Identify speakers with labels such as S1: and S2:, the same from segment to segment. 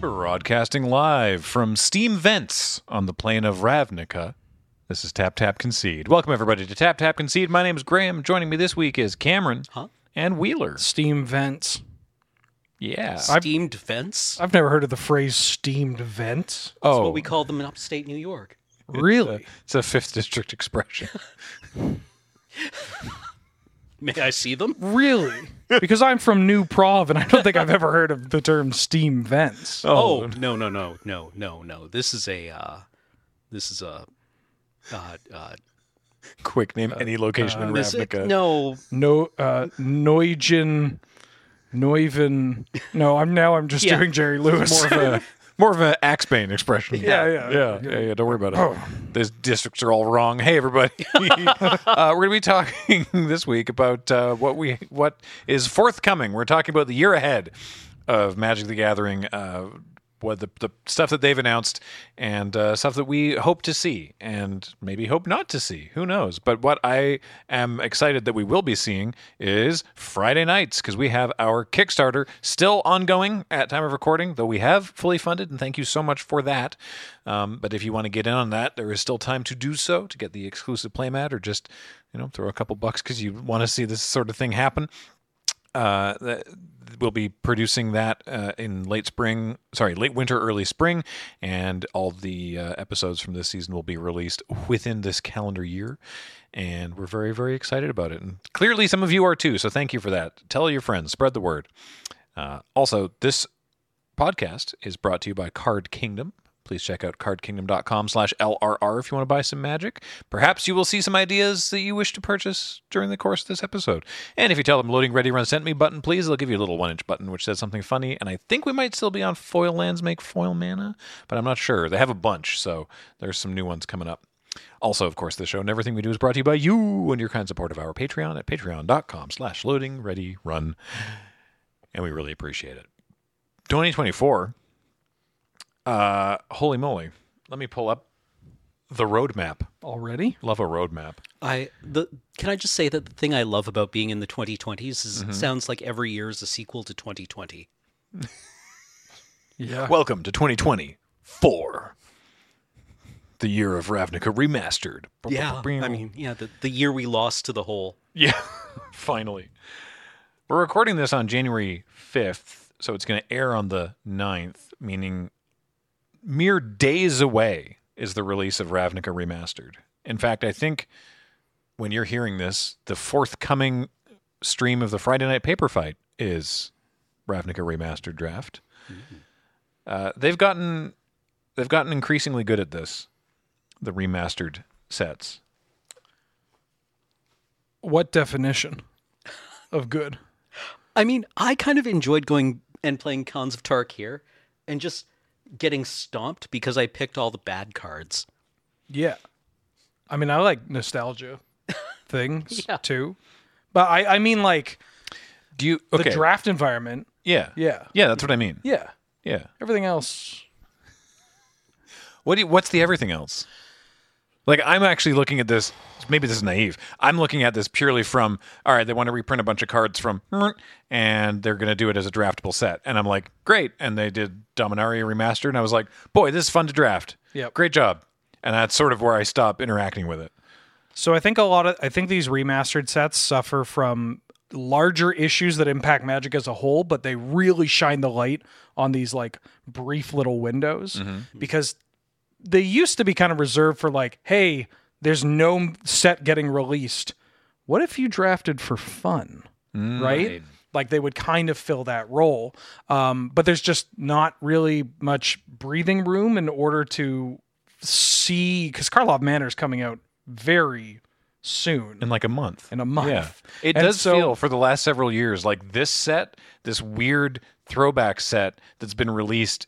S1: Broadcasting live from steam vents on the plain of Ravnica. This is Tap Tap Concede. Welcome everybody to Tap Tap Concede. My name is Graham. Joining me this week is Cameron and Wheeler.
S2: steam vents.
S1: Yeah.
S3: Steamed vents?
S2: I've never heard of the phrase steamed vents.
S3: That's
S1: oh,
S3: what we call them in upstate New York.
S2: uh, Really?
S1: it's a fifth district expression.
S3: May I see them?
S2: Really? Because I'm from New Prov and I don't think I've ever heard of the term steam vents.
S3: Oh, no, no, no, no, no, no. This is a, uh, this is a, uh, uh,
S1: Quick name any location in
S3: this,
S1: Ravnica.
S3: no,
S2: No uh Neugen Neuven No, I'm now I'm just
S3: Yeah.
S2: doing Jerry Lewis.
S1: More of a more of an axe bane expression.
S2: Yeah, Oh. yeah.
S1: yeah, yeah, yeah. Don't worry about it. Those districts are all wrong. Hey, everybody, uh, we're going to be talking this week about uh, what we what is forthcoming. We're talking about the year ahead of Magic the Gathering. Uh, what the, the stuff that they've announced and uh, stuff that we hope to see and maybe hope not to see who knows but what i am excited that we will be seeing is friday nights because we have our kickstarter still ongoing at time of recording though we have fully funded and thank you so much for that um, but if you want to get in on that there is still time to do so to get the exclusive playmat or just you know throw a couple bucks because you want to see this sort of thing happen uh, that we'll be producing that uh, in late spring, sorry, late winter, early spring, and all the uh, episodes from this season will be released within this calendar year. And we're very, very excited about it. And clearly, some of you are too. So thank you for that. Tell your friends, spread the word. Uh, also, this podcast is brought to you by Card Kingdom. Please check out cardkingdom.com slash LRR if you want to buy some magic. Perhaps you will see some ideas that you wish to purchase during the course of this episode. And if you tell them loading ready run sent me button, please, they'll give you a little one inch button which says something funny. And I think we might still be on foil lands make foil mana, but I'm not sure. They have a bunch, so there's some new ones coming up. Also, of course, the show and everything we do is brought to you by you and your kind support of our Patreon at patreon.com slash loading ready run. And we really appreciate it. 2024. Uh, holy moly! Let me pull up the roadmap.
S2: Already?
S1: Love a roadmap.
S3: I, the, can I just say that the thing I love about being in the 2020s is it sounds like every year is a sequel to 2020.
S2: Yeah.
S1: Welcome to 2024, the year of Ravnica remastered.
S3: Yeah. I mean, yeah, the, the year we lost to the whole.
S1: yeah. Finally, we're recording this on January 5th, so it's going to air on the 9th, meaning mere days away is the release of Ravnica remastered. In fact, I think when you're hearing this, the forthcoming stream of the Friday Night Paper Fight is Ravnica Remastered Draft.
S2: Mm-hmm.
S1: Uh, they've gotten they've gotten increasingly good at this, the remastered sets.
S2: What definition of good?
S3: I mean, I kind of enjoyed going and playing Cons of Tark here and just getting stomped because I picked all the bad cards.
S2: Yeah. I mean, I like nostalgia things
S3: Yeah.
S2: too. But I, I mean like
S1: Do you
S2: the
S1: okay?
S2: draft environment.
S1: yeah,
S2: Yeah.
S1: yeah. That's what I mean.
S2: Yeah.
S1: Yeah.
S2: Everything else.
S1: What do you, what's the everything else? Like I'm actually looking at this. Maybe this is naive. I'm looking at this purely from all right. They want to reprint a bunch of cards from, and they're going to do it as a draftable set. And I'm like, great. And they did Dominaria remastered, and I was like, boy, this is fun to draft.
S2: Yep.
S1: great job. And that's sort of where I stop interacting with it.
S2: So I think a lot of I think these remastered sets suffer from larger issues that impact magic as a whole, but they really shine the light on these like brief little windows because they used to be kind of reserved for like, hey, there's no set getting released. What if you drafted for fun?
S1: Mm.
S2: right? Like they would kind of fill that role. Um, but there's just not really much breathing room in order to see because Karlov Manor is coming out very soon
S1: in like a month.
S2: in a month.
S1: Yeah. It
S2: And
S1: does
S2: so-
S1: feel for the last several years like this set, this weird throwback set that's been released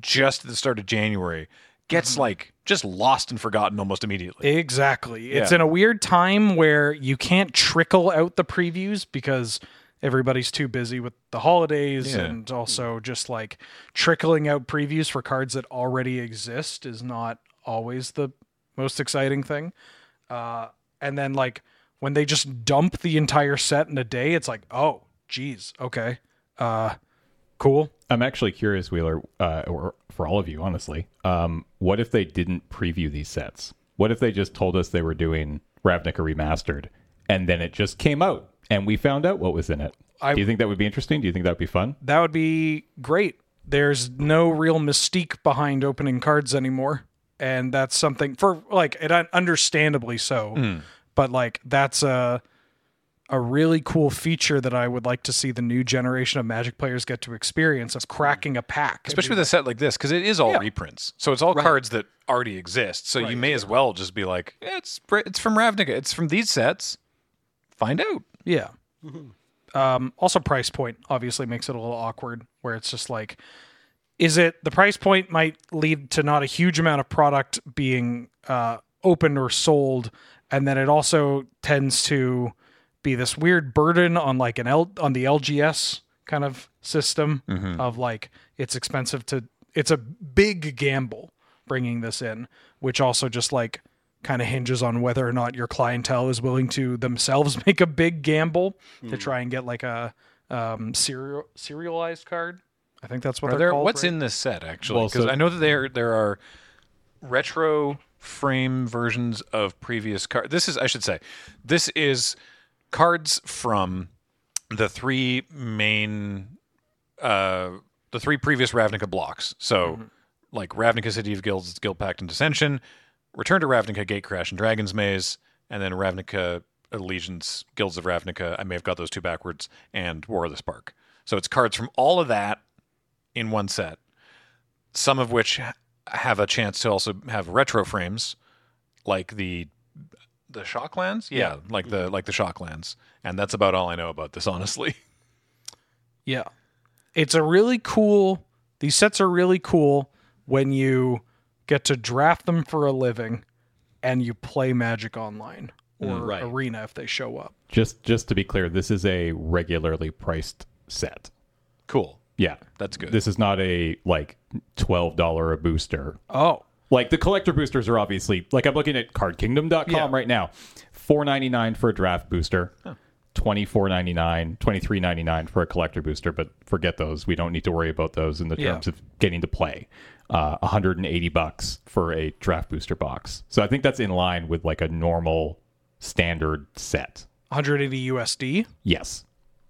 S1: just at the start of January, gets
S2: Mm-hmm.
S1: like just lost and forgotten almost immediately.
S2: Exactly. It's
S1: Yeah.
S2: in a weird time where you can't trickle out the previews because everybody's too busy with the holidays
S1: Yeah.
S2: and also just like trickling out previews for cards that already exist is not always the most exciting thing. Uh, and then like when they just dump the entire set in a day, it's like, oh, geez, okay. Uh, Cool.
S4: I'm actually curious, Wheeler, uh, or for all of you, honestly. Um, what if they didn't preview these sets? What if they just told us they were doing Ravnica Remastered, and then it just came out, and we found out what was in it?
S2: I-
S4: Do you think that would be interesting? Do you think that would be fun?
S2: That would be great. There's no real mystique behind opening cards anymore. And that's something for like and un- understandably so. But like that's a a really cool feature that I would like to see the new generation of magic players get to experience of cracking a pack.
S1: especially with a set like this because it is all reprints so it's all cards that already exist so you may as well just be like "Eh, it's br- it's from ravnica it's from these sets find out
S2: Yeah. Um, also, price point obviously makes it a little awkward where it's just like, is it the price point might lead to not a huge amount of product being uh, opened or sold, and then it also tends to be this weird burden on like an L on the LGS kind of system
S1: Mm-hmm.
S2: of like it's expensive to it's a big gamble bringing this in, which also just like kind of hinges on whether or not your clientele is willing to themselves make a big gamble
S1: Hmm.
S2: to try and get like a um, serial serialized card. I think that's what
S1: Are
S2: they're
S1: there-
S2: called.
S1: what's
S2: right?
S1: in this set actually
S4: Well,
S1: because
S4: so-
S1: i know that there there are retro frame versions of previous cards this is i should say this is cards from the three main uh the three previous ravnica blocks so like ravnica city of guilds guild pact and dissension return to ravnica gate crash and dragon's maze and then ravnica allegiance guilds of ravnica i may have got those two backwards and war of the spark so it's cards from all of that in one set, some of which ha- have a chance to also have retro frames, like the the Shocklands. Yeah, like the like the Shocklands, and that's about all I know about this, honestly.
S2: Yeah. It's a really cool these sets are really cool when you get to draft them for a living and you play Magic online or
S4: Mm,
S3: right.
S2: Arena if they show up.
S4: Just just to be clear, this is a regularly priced set.
S1: Cool,
S4: Yeah,
S1: that's good.
S4: this is not a like twelve dollar a booster
S2: Oh,
S4: Like the collector boosters are obviously like I'm looking at cardkingdom.com
S2: Yeah.
S4: right now. 4.99 for a draft booster. 24.99, 23.99 for a collector booster, but forget those. We don't need to worry about those in the
S2: Yeah.
S4: terms of getting to play. Uh, 180 bucks for a draft booster box. So I think that's in line with like a normal standard set.
S2: 180 USD.
S4: Yes.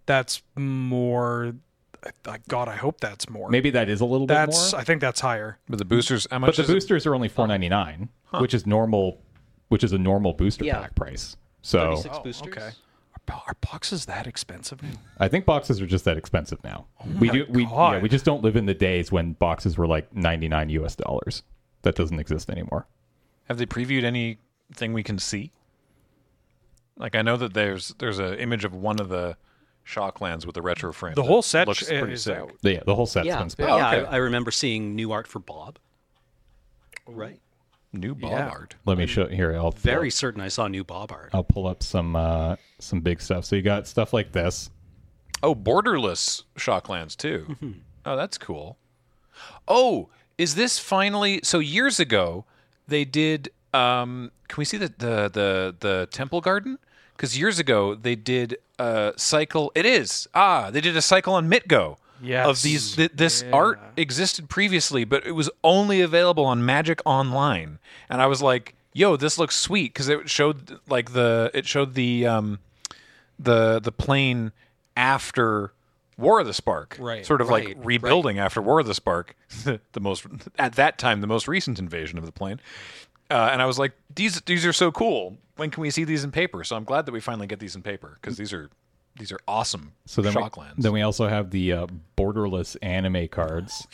S2: That's more I- I- God, I hope that's more.
S4: Maybe that is a little
S2: that's
S4: bit more.
S2: I think that's higher.
S1: but the boosters, how
S4: But
S1: much
S4: the
S1: is it?
S4: boosters are only 4.99, which is normal which is a normal booster
S3: Yeah.
S4: pack price. So
S3: Six boosters.
S2: okay. Are, are boxes that expensive now?
S4: I think boxes are just that expensive now. we do we yeah,
S2: God.
S4: we just don't live in the days when boxes were like 99 US dollars. That doesn't exist anymore.
S1: Have they previewed anything we can see? Like I know that there's there's an image of one of the Shocklands with the retro frame.
S2: The
S1: that
S2: whole set
S1: looks
S2: i-
S1: pretty
S2: is
S1: sick.
S2: out.
S4: But yeah, the whole set's
S3: Yeah,
S4: been spoiled.
S3: yeah. I-
S1: Okay.
S3: I remember seeing new art for Bob. Right.
S1: New Bob
S2: Yeah.
S1: art.
S4: Let me show here. I'll pull
S3: Very
S4: up-
S3: certain I saw new Bob
S1: Oh,
S3: art.
S4: I'll pull up some uh some big stuff. So you got stuff like this.
S1: Oh, borderless Shocklands too. Oh, that's cool. Oh, is this finally? So years ago, they did. Um, can we see the the the, the temple garden? Because years ago they did a cycle. It is ah, they did a cycle on Mitgo. Of
S2: Yes.
S1: these, th- this art existed previously, but it was only available on Magic Online, and I was like, "Yo, this looks sweet," because it showed like the it showed the um, the the plane after War of the Spark,
S3: Right,
S1: Sort of like
S3: right,
S1: rebuilding after War of the Spark, the most at that time the most recent invasion of the plane. Uh, and I was like, these these are so cool. When can we see these in paper? So I'm glad that we finally get these in paper because these are these are awesome.
S4: So then we,
S1: Shocklands.
S4: then we also have the uh, borderless anime cards.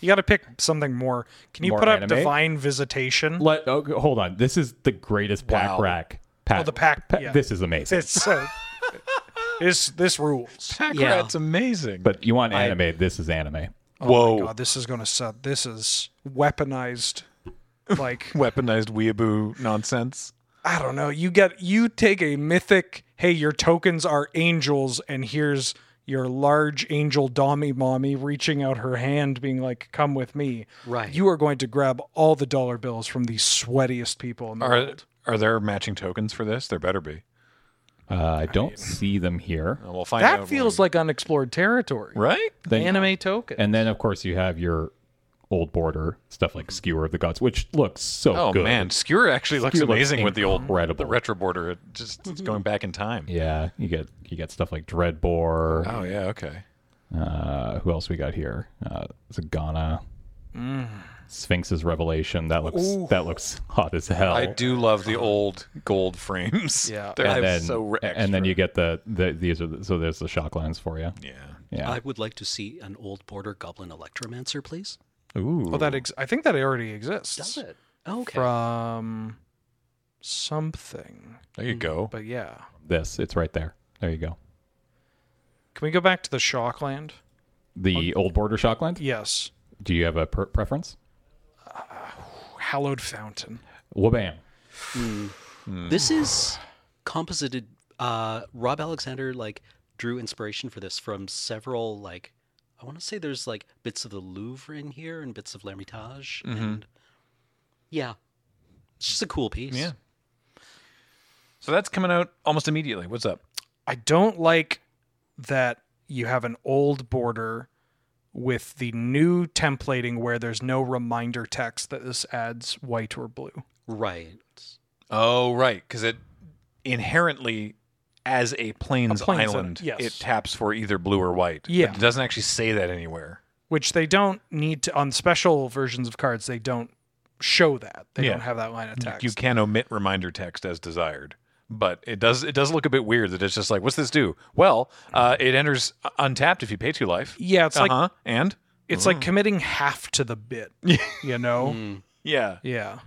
S2: You got to pick something more. Can you
S4: More
S2: put up
S4: anime?
S2: Divine Visitation?
S4: Let oh, g- hold on. This is the greatest pack
S1: Wow.
S4: rack. Pack,
S2: the pack- yeah.
S4: This is amazing.
S2: It's so this this rules.
S3: Yeah.
S1: That's amazing.
S4: But you want anime? this is anime.
S1: whoa,
S2: God, this is gonna set. This is weaponized. Like
S1: weaponized weeaboo nonsense.
S2: I don't know. You get you take a mythic. Hey, your tokens are angels, and here's your large angel Dommy mommy reaching out her hand, being like, "Come with me."
S3: Right.
S2: You are going to grab all the dollar bills from the sweatiest people. In the
S1: Are
S2: world.
S1: are there matching tokens for this? There better be.
S4: Uh, I don't see them here.
S1: We'll find out.
S2: That
S1: when
S2: feels
S1: we-
S2: like unexplored territory.
S1: right.
S4: Then-
S2: Anime token.
S4: And then, of course, you have your old border stuff like Skewer of the Gods, which looks so
S1: Mm-hmm. Oh
S4: good.
S1: man, Skewer actually looks
S4: Skewer looks
S1: amazing with the old
S4: incredible.
S1: the retro border. It just
S2: Mm-hmm.
S1: it's going back in time.
S4: Yeah, you get you get stuff like Dreadbore.
S1: Oh yeah, okay.
S4: Uh, who else we got here? Uh, Zagana.
S1: Mm.
S4: Sphinx's Revelation. That looks that looks hot as hell.
S1: I do love the old gold frames.
S2: Yeah.
S1: they're
S4: and then,
S1: so re- extra.
S4: and then you get the, the these are the, so there's the shock lines for you.
S1: yeah.
S4: Yeah.
S3: I would like to see an old border goblin electromancer, please.
S4: Ooh.
S2: well, that ex- I think that already exists.
S3: it? Oh, Okay.
S2: From something.
S1: There you go.
S2: Mm. But yeah.
S4: this it's right there. There you go.
S2: Can we go back to the Shockland?
S4: The old border shock line.
S2: Yes.
S4: Do you have a per- preference?
S2: Hallowed Fountain.
S4: Wabam.
S3: This is composited. Uh, Rob Alexander like drew inspiration for this from several like I want to say there's like bits of the Louvre in here and bits of L'Hermitage
S1: Mm-hmm.
S3: and yeah, it's just a cool piece.
S1: Yeah. So that's coming out almost immediately. What's up?
S2: I don't like that you have an old border with the new templating where there's no reminder text that this adds white or blue.
S3: right.
S1: Oh right, because it inherently as a plains,
S2: A plains
S1: island,
S2: island, yes.
S1: it taps for either blue or white. but
S2: Yeah.
S1: it doesn't actually say that anywhere.
S2: which they don't need to on special versions of cards they don't show that they
S1: Yeah.
S2: don't have that line of text
S1: You can omit reminder text as desired, but it does it does look a bit weird that it's just like, what's this do? Well, uh, it enters untapped if you pay two life.
S2: yeah it's
S1: uh
S2: like
S1: huh. And
S2: it's
S1: Mm.
S2: like committing half to the bit you know
S1: yeah,
S2: yeah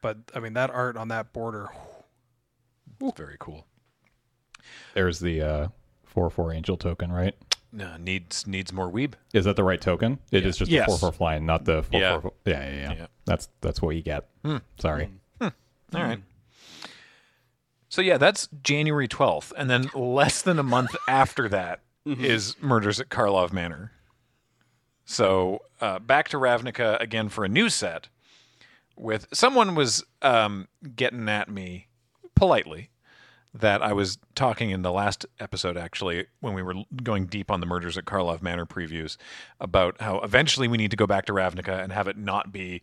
S2: but i mean that art on that border
S1: It's very cool.
S4: There's the uh, four four angel token, right?
S1: No, needs needs more weeb.
S4: Is that the right token? It is just
S2: Yes.
S4: the four four flying, not the four
S1: Yeah.
S4: four. four- Yeah, yeah, yeah,
S1: Yeah. Hmm.
S4: That's that's what you get. Sorry.
S1: All right. Mm. So yeah, that's January twelfth, and then less than a month after that is Murders at Karlov Manor. So uh, back to Ravnica again for a new set. With someone was um, getting at me politely that I was talking in the last episode, actually, when we were going deep on the murders at Karlov Manor previews, about how eventually we need to go back to Ravnica and have it not be,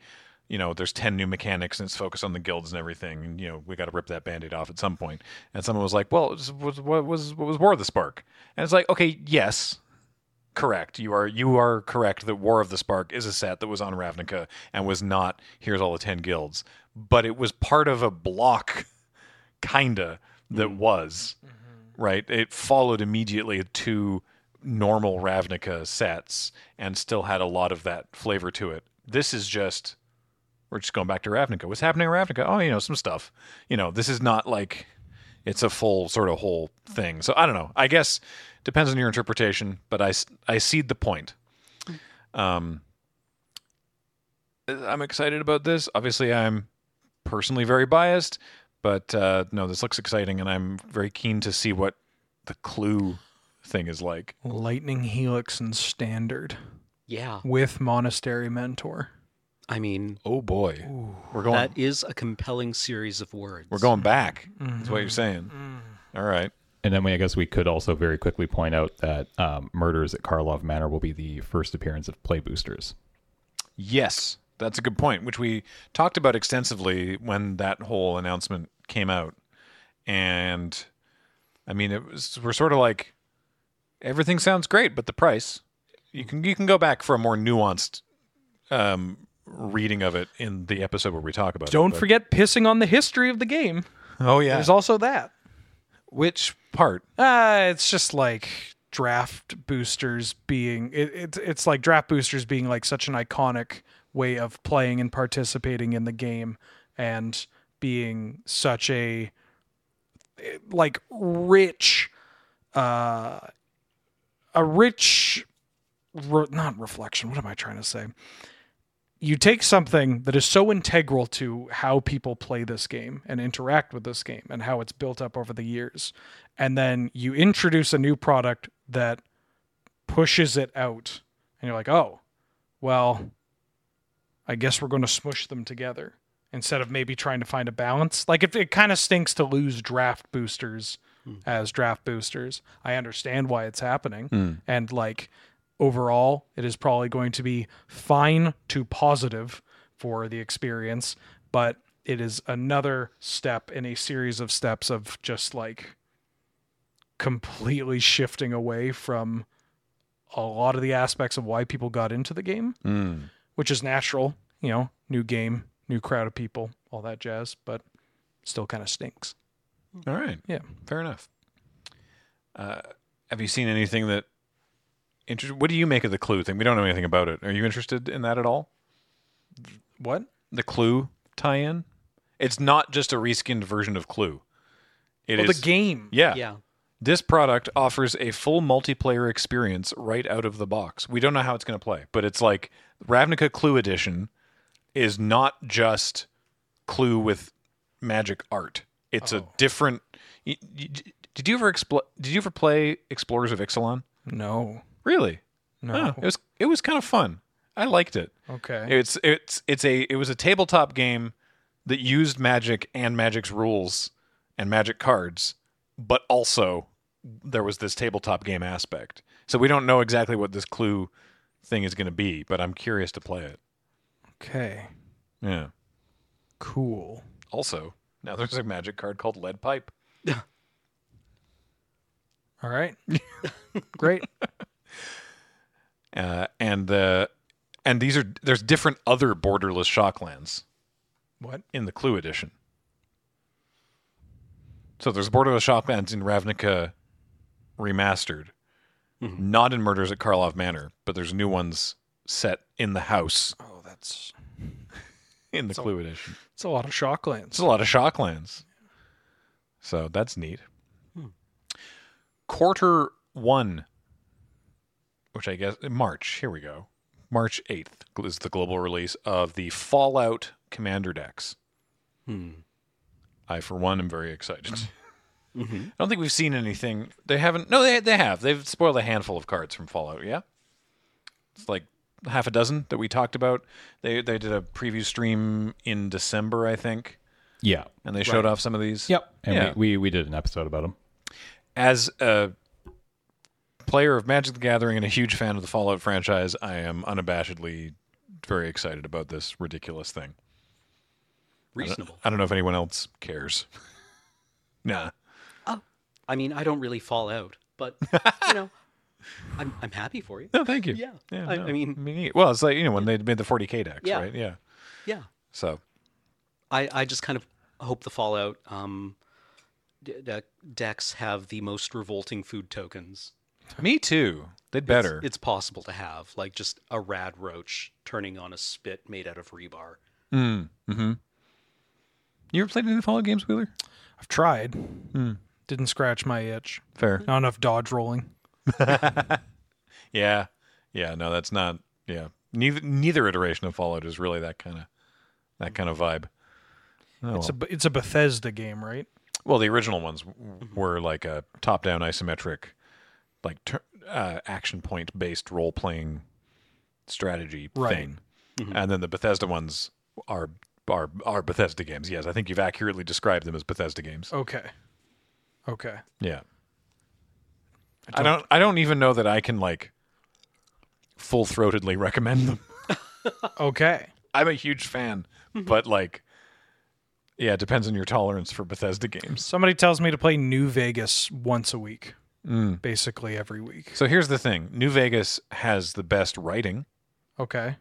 S1: you know, there's 10 new mechanics and it's focused on the guilds and everything. And, you know, we got to rip that band aid off at some point. And someone was like, well, it's- what what was, what was War of the Spark? And it's like, okay, yes, correct. You are you are correct that War of the Spark is a set that was on Ravnica and was not here's all the ten guilds, but it was part of a block, kinda that was right. It followed immediately to normal Ravnica sets and still had a lot of that flavor to it. This is just we're just going back to Ravnica. What's happening in Ravnica? Oh, you know, some stuff. You know, this is not like it's a full sort of whole thing. So I don't know. I guess depends on your interpretation, but I s- I cede the point. Um, I'm excited about this. Obviously, I'm personally very biased, but uh, no, this looks exciting, and I'm very keen to see what the clue thing is like.
S2: lightning helix and standard
S3: Yeah.
S2: with monastery mentor
S3: I mean,
S1: Oh boy, we're going
S3: that is a compelling series of words.
S1: we're going back. That's what you're saying. All right.
S4: And then we, I guess we could also very quickly point out that um, murders at Karlov Manor will be the first appearance of play boosters.
S1: Yes, that's a good point, which we talked about extensively when that whole announcement came out. And I mean, it was we're sort of like everything sounds great, but the price you can you can go back for a more nuanced um, reading of it in the episode where we talk about it.
S2: don't
S1: but-
S2: forget pissing on the history of the game
S1: Oh yeah,
S2: there's also that
S1: which part?
S2: Uh, it's just like draft boosters being it, it's it's like draft boosters being like such an iconic way of playing and participating in the game and being such a like rich uh a rich re- not reflection what am i trying to say you take something that is so integral to how people play this game and interact with this game and how it's built up over the years and then you introduce a new product that pushes it out and you're like oh well i guess we're going to smush them together instead of maybe trying to find a balance like if it kind of stinks to lose draft boosters as draft boosters. I understand why it's happening. And like overall, it is probably going to be fine to positive for the experience, but it is another step in a series of steps of just like completely shifting away from a lot of the aspects of why people got into the game,
S1: Mm.
S2: which is natural, you know, new game, new crowd of people, all that jazz, but still kind of stinks.
S1: All right.
S2: Yeah.
S1: Fair enough. Uh, have you seen anything that? Inter- what do you make of the clue thing? We don't know anything about it. Are you interested in that at all?
S2: What?
S1: The clue tie-in. It's not just a reskinned version of Clue. It is.
S2: Well, Oh, the game.
S1: Yeah.
S3: Yeah.
S1: This product offers a full multiplayer experience right out of the box. We don't know how it's going to play, but it's like Ravnica Clue Edition is not just Clue with magic art. It's a different. y- y- d- Did you ever expl- Did you ever play Explorers of Ixalan?
S2: No.
S1: Really?
S2: No.
S1: Huh. It was it was kind of fun. I liked it.
S2: Okay.
S1: It's it's it's a it was a tabletop game that used magic and magic's rules and magic cards, but also there was this tabletop game aspect. So we don't know exactly what this clue thing is going to be, but I'm curious to play it.
S2: Okay.
S1: Yeah.
S2: Cool.
S1: Also, now there's a magic card called Lead Pipe.
S2: All right. Great.
S1: Uh, and uh, and these are there's different other borderless shocklands
S2: What?
S1: in the Clue edition. So there's Borderless Shoplands in Ravnica remastered, not in Murders at Karlov Manor, but there's new ones set in the house
S2: Oh, that's
S1: in the Clue edition.
S2: it's a lot of
S1: It's
S2: shocklands.
S1: a lot of Shocklands. So that's neat. Quarter one, which I guess March. Here we go. March 8th is the global release of the Fallout Commander decks.
S3: Hmm.
S1: I, for one, am very excited.
S3: Mhm.
S1: I don't think we've seen anything. They haven't. No, they they have. They've spoiled a handful of cards from Fallout. Yeah, it's like half a dozen that we talked about. They they did a preview stream in December, I think,
S4: Yeah.
S1: and they showed off some of these.
S4: Yep. And
S1: Yeah.
S4: we, we, we did an episode about them.
S1: As a player of Magic the Gathering and a huge fan of the Fallout franchise, I am unabashedly very excited about this ridiculous thing.
S3: Reasonable.
S1: I don't know if anyone else cares. nah.
S3: I mean, I don't really fall out, but you know, I'm I'm happy for you.
S1: No, thank you.
S3: Yeah.
S1: Yeah.
S3: I-
S1: no.
S3: I mean-
S1: neat. well, it's like, you know, when they made the 40K decks,
S3: Yeah.
S1: right? Yeah.
S3: Yeah.
S1: So,
S3: I I just kind of hope the Fallout um d- d- decks have the most revolting food tokens.
S1: me too. They'd better.
S3: It's possible to have like just a rad roach turning on a spit made out of rebar.
S1: mm-hmm. You ever played any of the Fallout games, Wheeler?
S2: I've tried. Didn't scratch my itch.
S1: Fair.
S2: Not enough dodge rolling.
S1: Yeah. Yeah. No, that's not. Yeah. Neither, neither iteration of Fallout is really that kind of that kind of vibe. Oh,
S2: It's
S1: well.
S2: a it's a Bethesda game, right?
S1: well, the original ones w- were like a top-down isometric, like tur uh, action point-based role-playing strategy
S2: Right.
S1: thing. and then the Bethesda ones are are are Bethesda games. Yes, I think you've accurately described them as Bethesda games.
S2: Okay. Okay.
S1: Yeah. I don't I don't even know that I can like full-throatedly recommend them.
S2: Okay.
S1: I'm a huge fan, but like yeah, it depends on your tolerance for Bethesda games.
S2: Somebody tells me to play New Vegas once a week, Mm. basically every week.
S1: So here's the thing. New Vegas has the best writing.
S2: Okay.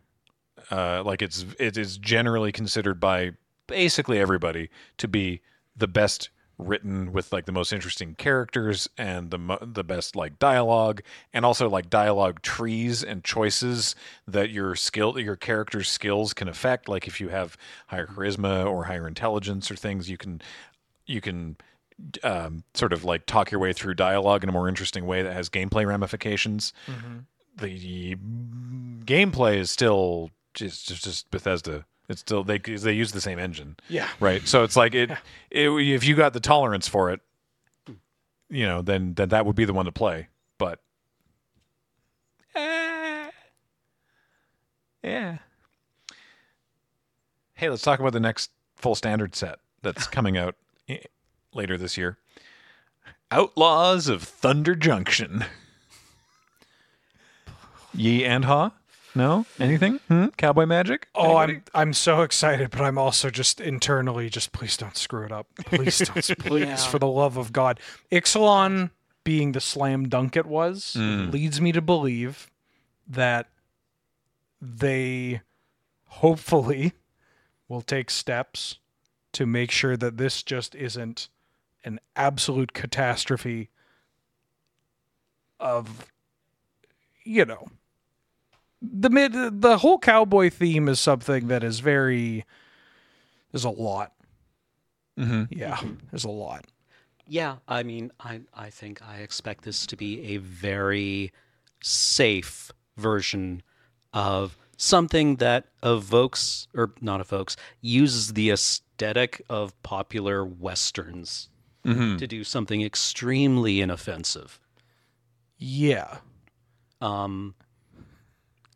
S1: Uh like it's it is generally considered by basically everybody to be the best written with like the most interesting characters and the mo- the best like dialogue and also like dialogue trees and choices that your skill that your character's skills can affect like if you have higher charisma or higher intelligence or things you can you can um, sort of like talk your way through dialogue in a more interesting way that has gameplay ramifications the gameplay is still just just, just Bethesda it's still they they use the same engine
S2: Yeah.
S1: right so it's like it, it if you got the tolerance for it you know then then that would be the one to play but Eh. yeah hey let's talk about the next full standard set that's coming out i- later this eh, year Outlaws of Thunder Junction. Ye and Ha? No? Anything? Hmm? Cowboy magic?
S2: Oh, I'm I'm so excited, but I'm also just internally just please don't screw it up. Please don't, please for the love of God. Ixalan being the slam dunk it was leads me to believe that they hopefully will take steps to make sure that this just isn't an absolute catastrophe of you know the mid the whole cowboy theme is something that is very there's a lot
S1: Mhm.
S2: yeah there's a lot
S3: Yeah, I mean, I I think I expect this to be a very safe version of something that evokes or not evokes uses the aesthetic of popular westerns to do something extremely inoffensive.
S2: yeah
S3: Um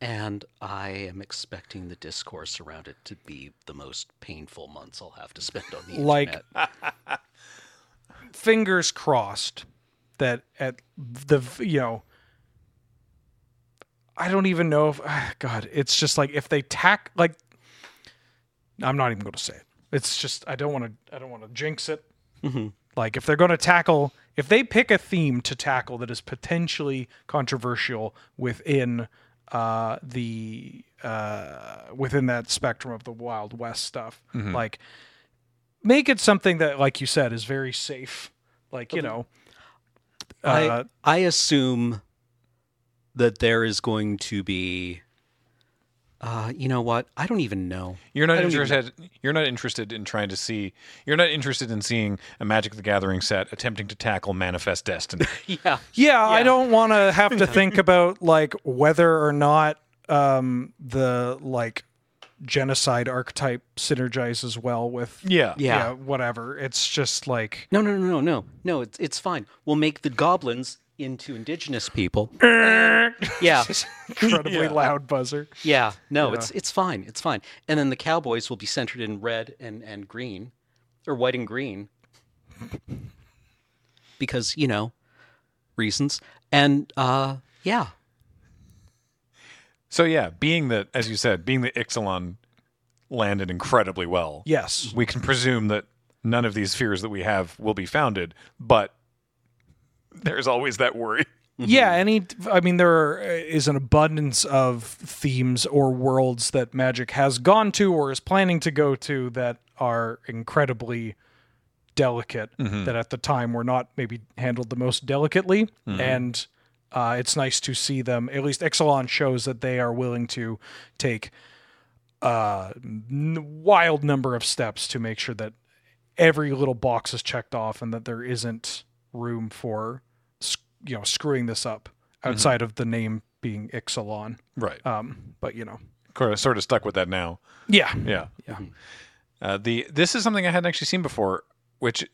S3: and I am expecting the discourse around it to be the most painful months I'll have to spend on the
S2: Like-
S3: internet.
S2: fingers crossed that at the you know I don't even know if ah, God, it's just like if they tack like I'm not even going to say it. It's just I don't want to I don't want to jinx it. Like if they're going to tackle if they pick a theme to tackle that is potentially controversial within uh the uh within that spectrum of the Wild West stuff, like make it something that like you said is very safe. Like, you know, uh,
S3: I, I assume that there is going to be. Uh, you know what? I don't even know.
S1: You're not interested. You're not interested in trying to see. You're not interested in seeing a Magic the Gathering set attempting to tackle Manifest Destiny.
S3: Yeah.
S2: Yeah, I don't want to have to think about like whether or not um, the like genocide archetype synergizes well with
S1: yeah.
S3: Yeah.
S2: whatever. It's just like
S3: No, no, no, no, no. No, it's it's fine. We'll make the goblins into indigenous people. yeah.
S2: incredibly loud buzzer.
S3: Yeah. No, it's it's fine. It's fine. And then the cowboys will be centered in red and and green or white and green. Because, you know, reasons. And uh yeah.
S1: So yeah, being that as you said, being that Ixalan landed incredibly well.
S2: Yes.
S1: We can presume that none of these fears that we have will be founded, but there's always that worry.
S2: Yeah, any I mean there is an abundance of themes or worlds that Magic has gone to or is planning to go to that are incredibly delicate that at the time were not maybe handled the most delicately and uh, it's nice to see them at least Exelon shows that they are willing to take a n- wild number of steps to make sure that every little box is checked off and that there isn't room for s- you know screwing this up outside of the name being Ixalan.
S1: Right.
S2: Um, but you know,
S1: sort of stuck with that now.
S2: yeah,
S1: Yeah. Yeah. Uh, the this is something I hadn't actually seen before, which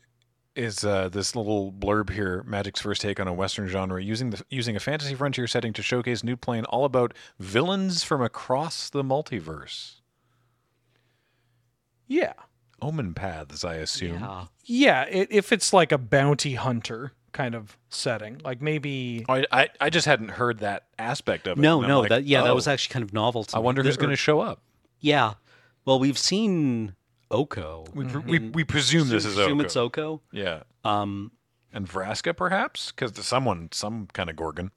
S1: is uh, this little blurb here, Magic's first take on a Western genre, using the using a fantasy frontier setting to showcase new plane all about villains from across the multiverse.
S2: yeah,
S1: Omen paths, I assume.
S3: Yeah.
S2: yeah. i if it's like a bounty hunter kind of setting, like maybe
S1: I, I I just hadn't heard that aspect of it.
S3: No,
S1: and I'm
S3: no,
S1: like,
S3: that yeah, that
S1: oh,
S3: was actually kind of novel to
S1: I
S3: me.
S1: wonder who's
S3: Or-
S1: going to show up.
S3: Yeah. Well, we've seen Oko.
S1: We pre- we, we presume this is
S3: Assume
S1: Oko.
S3: it's Oko.
S1: Yeah,
S3: Um,
S1: and Vraska perhaps because someone some kind of Gorgon.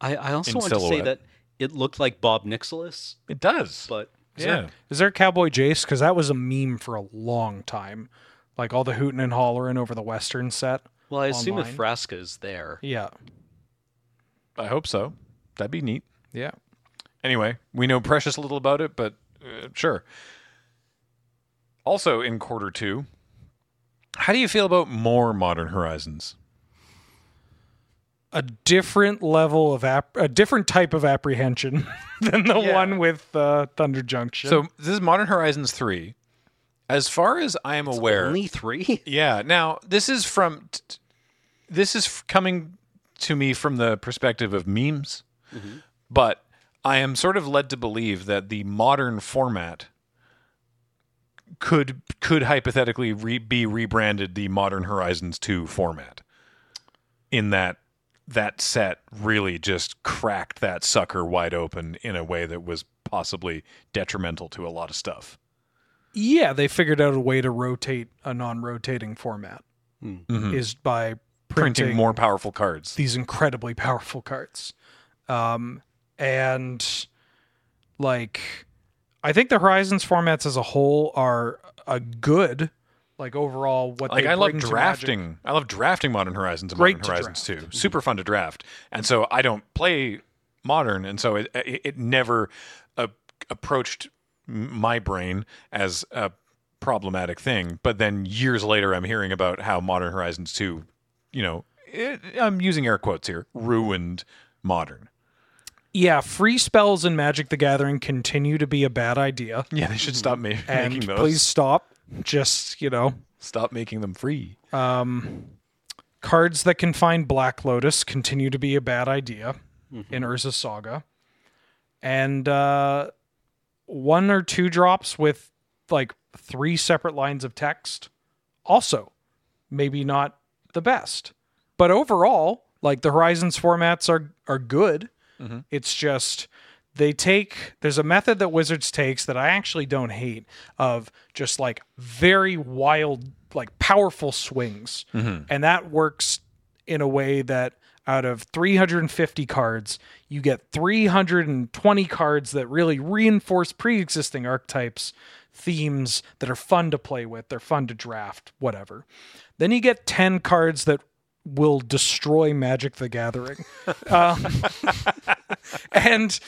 S3: I, I also
S1: In
S3: want to say
S1: silhouette.
S3: that it looked like Bob Nicholas,
S1: It does.
S3: but
S1: yeah.
S2: is there Cowboy Jace? Because that was a meme for a long time, like all the hooting and hollering over the Western set.
S3: well, I assume
S2: Online.
S3: if Frasca is there,
S2: Yeah,
S1: I hope so. That'd be neat.
S2: yeah.
S1: Anyway, we know precious little about it, but uh, sure. Also, in quarter two, how do you feel about more Modern Horizons?
S2: A different level of app, a different type of apprehension than the
S1: Yeah.
S2: one with uh, Thunder Junction.
S1: So this is Modern Horizons three. As far as I am aware,
S3: only three.
S1: Yeah. Now this is from t- t- this is f- coming to me from the perspective of memes, but I am sort of led to believe that the modern format could could hypothetically re- be rebranded the Modern Horizons two format. in that that set really just cracked that sucker wide open in a way that was possibly detrimental to a lot of stuff.
S2: Yeah, they figured out a way to rotate a non-rotating format
S3: Hmm.
S2: is by
S1: Printing,
S2: printing
S1: more powerful cards.
S2: these incredibly powerful cards. Um, and like, I think the Horizons formats as a whole are a good, like overall. What
S1: like
S2: they
S1: I love
S2: bring to Magic.
S1: drafting. I love drafting Modern Horizons and
S2: Great
S1: Modern
S2: to
S1: Horizons too. Super fun to draft. And so I don't play Modern, and so it it, it never uh, approached m- my brain as a problematic thing. But then years later, I'm hearing about how Modern Horizons two, you know, it, I'm using air quotes here, ruined Modern.
S2: Yeah, free spells in Magic: The Gathering continue to be a bad idea,
S1: Yeah, they should stop ma-
S2: and
S1: making those.
S2: please stop. Just you know,
S1: stop making them free.
S2: Um, cards that can find Black Lotus continue to be a bad idea in Urza Saga. And uh, one or two drops with like three separate lines of text, also maybe not the best. But overall, like the Horizons formats are are good. It's just they take there's a method that Wizards takes that I actually don't hate of just like very wild, like powerful swings. And that works in a way that out of 350 cards, you get 320 cards that really reinforce pre existing archetypes, themes that are fun to play with, they're fun to draft, whatever. Then you get 10 cards that will destroy Magic the Gathering. Um, and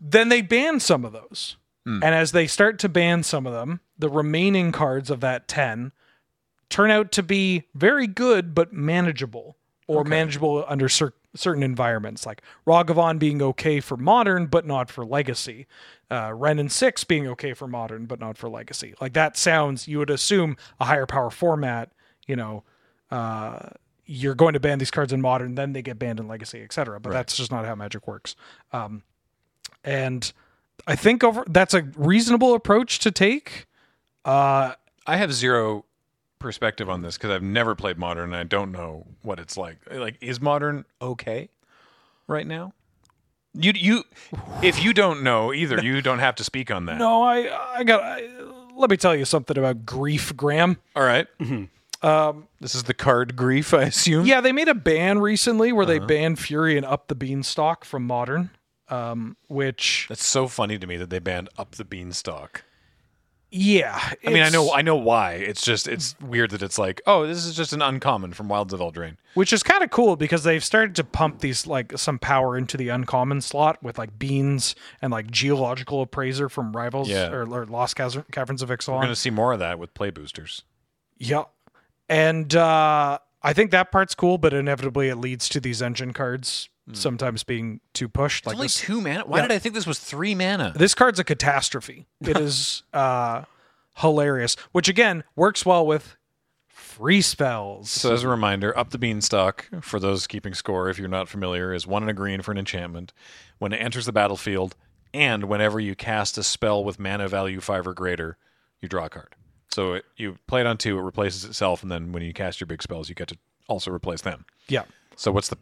S2: then they ban some of those. And as they start to ban some of them, the remaining cards of that 10 turn out to be very good but manageable or manageable under cer- certain environments, like Ragavan being okay for modern but not for legacy, uh, Ren and Six being okay for modern but not for legacy. Like that sounds, you would assume a higher power format, you know. Uh, you're going to ban these cards in modern, then they get banned in legacy, etc. But that's just not how magic works. Um, and I think over that's a reasonable approach to take. Uh,
S1: I have zero perspective on this because I've never played modern and I don't know what it's like. Like, is modern okay right now? You you if you don't know either, you don't have to speak on that.
S2: no, I I got. I, let me tell you something about grief, Graham.
S1: All right. Mm-hmm. this is the card grief, I assume.
S2: Yeah, they made a ban recently where
S1: Uh-huh.
S2: they banned Fury and Up the Beanstalk from modern, um, which
S1: That's so funny to me that they banned up the beanstalk.
S2: yeah,
S1: I mean, I know I know why. It's just it's weird that it's like, oh, this is just an uncommon from Wilds of Eldraine.
S2: which is kind of cool because they've started to pump these like some power into the uncommon slot with like beans and like geological appraiser from rivals
S1: Yeah.
S2: or, or lost Cas- caverns of
S1: We're
S2: Ixalan.
S1: gonna see more of that with play boosters.
S2: Yeah. And uh, I think that part's cool, but inevitably it leads to these engine cards sometimes being too pushed. Like this,
S1: two mana. Why did I think this was three mana?
S2: this card's a catastrophe. It is uh, hilarious, which again works well with free spells.
S1: So as a reminder, up the beanstalk for those keeping score, if you're not familiar, is one and a green for an enchantment. When it enters the battlefield, and whenever you cast a spell with mana value five or greater, you draw a card. So it, you play it on two, it replaces itself, and then when you cast your big spells, you get to also replace them.
S2: yeah.
S1: So what's the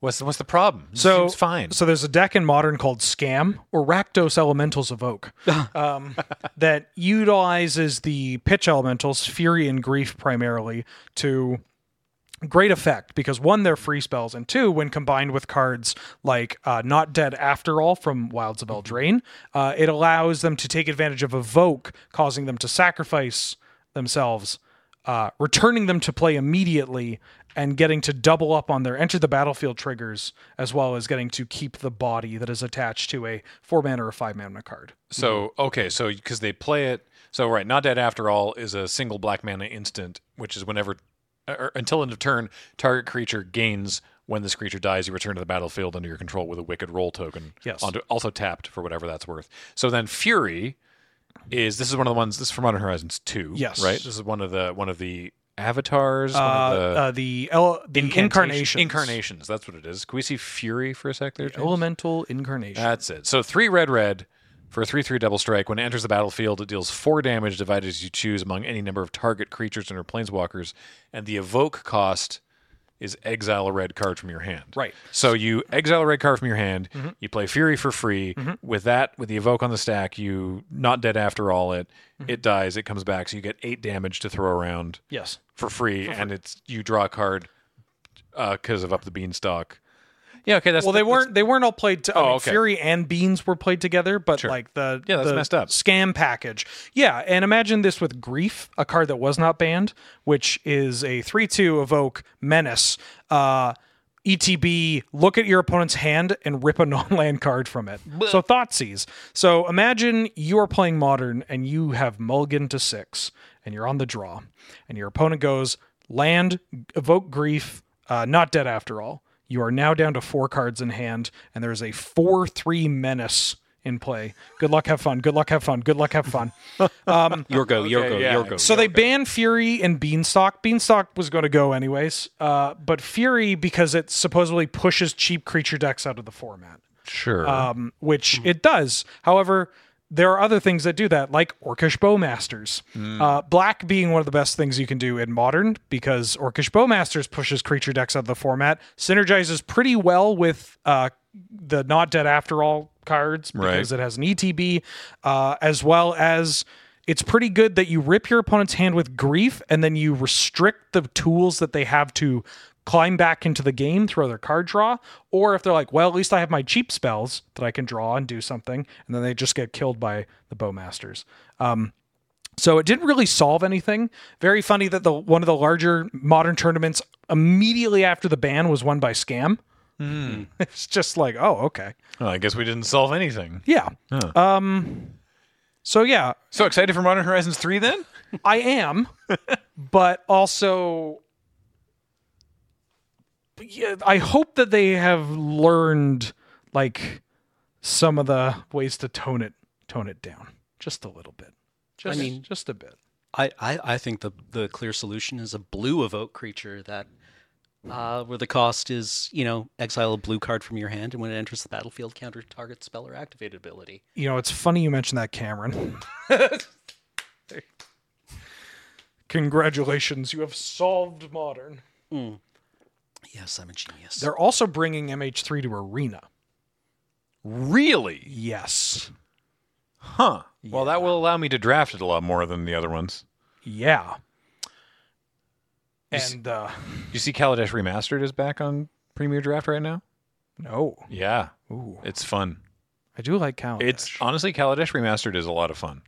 S1: what's the, what's the problem? It
S2: So
S1: seems fine.
S2: So there's a deck in modern called Scam or Rakdos Elementals of Oak um, that utilizes the pitch elementals, Fury and Grief primarily, to great effect because one, they're free spells, and two, when combined with cards like uh, Not Dead After All from Wilds of
S1: Mm-hmm.
S2: Eldraine, uh, it allows them to take advantage of Evoke, causing them to sacrifice themselves, uh, returning them to play immediately, and getting to double up on their Enter the Battlefield triggers, as well as getting to keep the body that is attached to a four mana or a five mana card.
S1: So
S2: Mm-hmm.
S1: okay, so because they play it, so right, not dead after all is a single black mana instant, which is whenever or until end of turn, target creature gains. When this creature dies, you return to the battlefield under your control with a wicked roll token.
S2: Yes.
S1: Onto, also tapped for whatever that's worth. So then Fury is this is one of the ones this is from Modern Horizons two.
S2: Yes.
S1: Right. This is one of the one of the avatars.
S2: Uh,
S1: one of the
S2: uh, the el- the incarnations.
S1: Incarnations. That's what it is. Can we see Fury for a sec there? James?
S2: Elemental incarnation.
S1: That's it. So three red red for a three three double strike. When it enters the battlefield, it deals four damage divided as you choose among any number of target creatures and or planeswalkers, and the evoke cost is exile a red card from your hand.
S2: Right. Mm-hmm.
S1: So you exile a red card from your hand. You play Fury for free. With that, with the evoke on the stack, you not dead after all it.
S2: Mm-hmm.
S1: It dies. It comes back. So you get eight damage to throw around
S2: Yes.
S1: for free, and it's you draw a card because of up the beanstalk. Yeah. Okay. That's
S2: Well, they
S1: that's-
S2: weren't. They weren't all played. To, I mean,
S1: okay.
S2: Fury and Beans were played together, but like the
S1: Yeah, that's
S2: the
S1: messed up.
S2: Scam package. Yeah, and imagine this with Grief, a card that was not banned, which is a three-two evoke menace. Uh, ETB, look at your opponent's hand and rip a non-land card from it. So thoughtseize. So imagine you are playing modern and you have Mulligan to six, and you're on the draw, and your opponent goes land, evoke grief, uh, not dead after all. You are now down to four cards in hand, and there's a 4 3 menace in play. Good luck, have fun. Good luck, have fun. Good luck, have fun.
S5: Yorgo, Yorgo,
S1: yeah.
S5: Yorgo.
S2: So they banned Fury and Beanstalk. Beanstalk was going to go anyways, uh, but Fury, because it supposedly pushes cheap creature decks out of the format,
S1: sure.
S2: um, which it does. However, there are other things that do that, like Orcish Bowmasters. Uh, black being one of the best things you can do in modern because Orcish Bowmasters pushes creature decks out of the format, synergizes pretty well with uh, the Not Dead After All cards because it has an ETB, uh, as well as. It's pretty good that you rip your opponent's hand with grief and then you restrict the tools that they have to climb back into the game, throw their card draw, or if they're like, well, at least I have my cheap spells that I can draw and do something, and then they just get killed by the bowmasters. Um, so it didn't really solve anything. Very funny that the one of the larger modern tournaments immediately after the ban was won by Scam. It's just like, oh, okay,
S1: Well, I guess we didn't solve anything.
S2: yeah. Um, so yeah,
S1: So excited for Modern Horizons three then?
S2: I am, but also yeah, I hope that they have learned like some of the ways to tone it tone it down just a little bit. Just
S3: mean-
S2: just a bit.
S3: I, I, I think the the clear solution is a blue evoke creature that uh, where the cost is, you know, exile a blue card from your hand and when it enters the battlefield counter target spell or activated ability.
S2: You know, it's funny you mentioned that, Cameron. Congratulations, you have solved modern.
S3: Yes, I'm a genius.
S2: They're also bringing MH3 to Arena.
S1: Really?
S2: Yes.
S1: Huh. Well, that will allow me to draft it a lot more than the other ones.
S2: Yeah.
S1: s-
S2: And uh
S1: You see, Kaladesh Remastered is back on Premier Draft right now.
S2: no.
S1: Yeah,
S2: Ooh.
S1: it's fun.
S2: I do like Kaladesh.
S1: It's honestly Kaladesh Remastered is a lot of fun.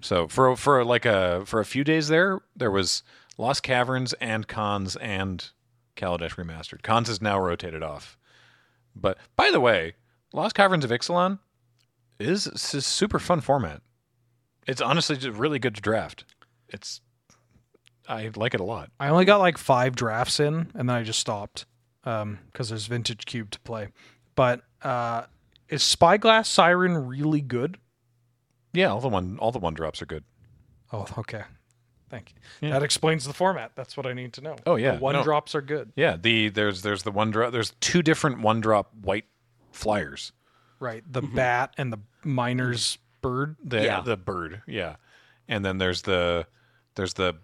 S1: So for for like a for a few days there, there was Lost Caverns and Cons and Kaladesh Remastered. Cons is now rotated off. But by the way, Lost Caverns of Ixalan is s- a super fun format. It's honestly just really good to draft. It's I like it a lot.
S2: I only got like five drafts in, and then I just stopped because there's Vintage Cube to play. But uh, is Spyglass Siren really good?
S1: Yeah, all the one all the one drops are good.
S2: Oh, okay. Thank you. That explains the format. That's what I need to know.
S1: Oh, yeah.
S2: The one
S1: No.
S2: drops are good.
S1: Yeah, the there's there's the one drop there's two different one drop white flyers.
S2: Right. The
S1: Mm-hmm.
S2: bat and the miner's bird.
S1: The
S3: Yeah.
S1: the bird, yeah. And then there's the there's the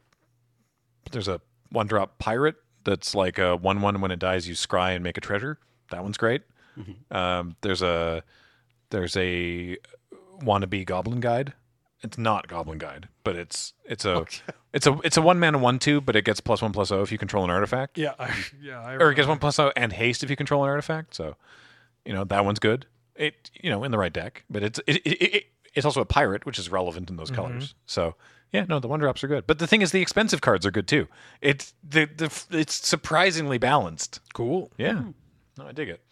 S1: there's a one drop pirate that's like a one one when it dies you scry and make a treasure. That one's great. Um, there's a there's a wannabe goblin guide. It's not goblin guide, but it's it's a it's a it's a one mana one two, but it gets plus one plus oh if you control an artifact
S2: Yeah. I, yeah. I
S1: or it gets one plus zero and haste if you control an artifact. So, you know that one's good. It you know in the right deck, but it's it, it, it, it's also a pirate, which is relevant in those colors. So yeah, no, the one drops are good. But the thing is, the expensive cards are good too. It's the, the f- it's surprisingly balanced.
S2: cool.
S1: Yeah, no, I dig it.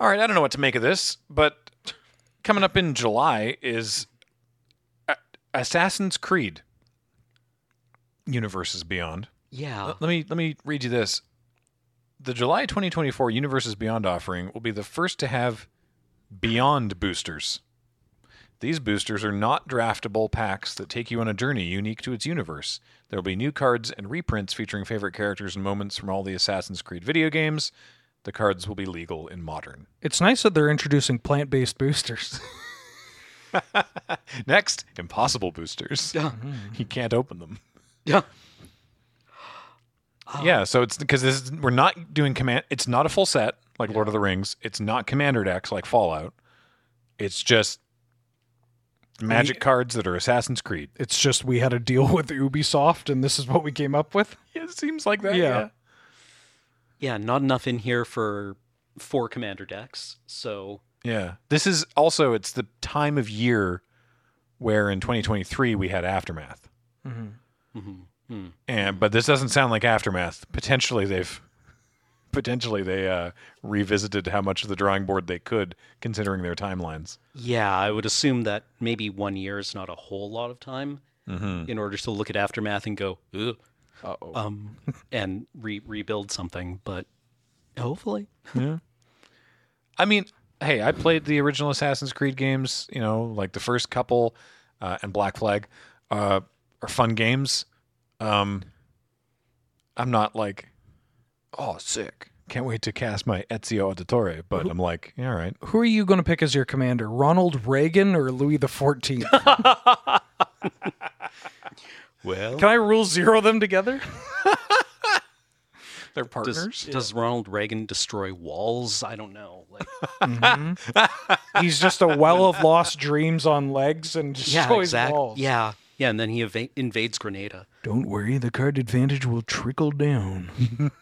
S1: All right, I don't know what to make of this, but coming up in July is A- Assassin's Creed Universes Beyond.
S3: yeah.
S1: Uh, Let me let me read you this. The July 2024 Universes Beyond offering will be the first to have Beyond boosters. These boosters are not draftable packs that take you on a journey unique to its universe. There will be new cards and reprints featuring favorite characters and moments from all the Assassin's Creed video games. The cards will be legal in modern.
S2: It's nice that they're introducing plant based boosters.
S1: Next, impossible boosters.
S3: Yeah.
S1: Mm-hmm. You can't open them.
S3: Yeah.
S1: yeah, so it's because this is, we're not doing command. It's not a full set like Lord of the Rings. It's not commander decks like Fallout. It's just magic cards that are Assassin's Creed.
S2: It's just we had a deal with Ubisoft, and this is what we came up with.
S1: Yeah, it seems like that.
S2: Yeah.
S3: Yeah, not enough in here for four commander decks. So
S1: Yeah. This is also it's the time of year where in 2023 we had aftermath. Mm-hmm.
S3: mhm, mm.
S1: And but this doesn't sound like aftermath. Potentially they've potentially they uh revisited how much of the drawing board they could considering their timelines.
S3: yeah, I would assume that maybe one year is not a whole lot of time
S1: Mhm.
S3: in order to look at aftermath and go, Ugh,
S1: Uh-oh.
S3: um, and re- rebuild something. But hopefully,
S1: I mean, hey, I played the original Assassin's Creed games, you know, like the first couple uh, and Black Flag uh, are fun games. Um, I'm not like, oh, sick. Can't wait to cast my Ezio Auditore, but I'm like, yeah, all right.
S2: Who are you going to pick as your commander, Ronald Reagan or Louis the Fourteenth?
S3: well,
S2: Can I rule zero them together?
S1: They're partners.
S3: does, does Ronald Reagan destroy walls? I don't know. Like,
S2: He's just a well of lost dreams on legs and
S3: yeah,
S2: destroys
S3: exactly.
S2: walls.
S3: Yeah, yeah, and then he eva- invades Grenada.
S2: Don't worry, the card advantage will trickle down.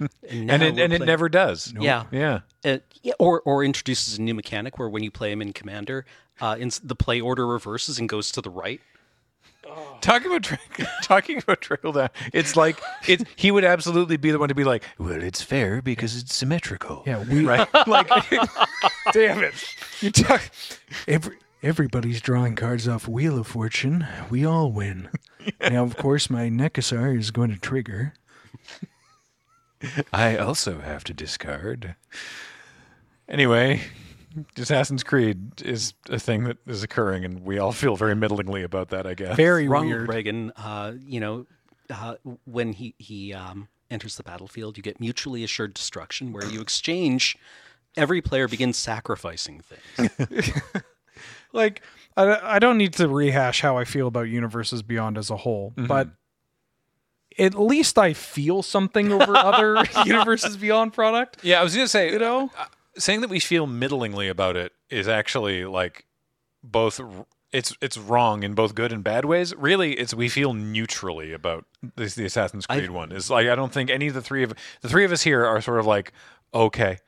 S3: And,
S1: and
S3: now
S1: it,
S3: we're
S1: and it
S3: playing-
S1: never does.
S3: Yeah.
S1: Yeah.
S3: Uh, yeah, or or introduces a new mechanic where when you play him in Commander, uh, in, the play order reverses and goes to the right.
S1: Talking Oh. about trick- talking about trickle down, it's like it's he would absolutely be the one to be like, well, it's fair because it's symmetrical.
S2: Yeah, we
S1: Right. like, damn it. You talk.
S2: Every, everybody's drawing cards off Wheel of Fortune. We all win. Now, of course, my Nekasar is going to trigger.
S1: I also have to discard. Anyway, Assassin's Creed is a thing that is occurring, and we all feel very middlingly about that, I guess.
S2: Very
S3: Ronald
S2: weird.
S3: Reagan, uh, you know, uh, when he he um, enters the battlefield, you get mutually assured destruction where you exchange. Every player begins sacrificing things.
S2: like I, I don't need to rehash how I feel about universes beyond as a whole,
S1: Mm-hmm.
S2: but at least I feel something over other universes beyond product.
S1: Yeah, I was gonna say, uh,
S2: You know,
S1: saying that we feel middlingly about it is actually like both. r- It's it's wrong in both good and bad ways. Really, it's we feel neutrally about this, the Assassin's
S3: I-
S1: Creed one. Is like I don't think any of the three of the three of us here are sort of like okay,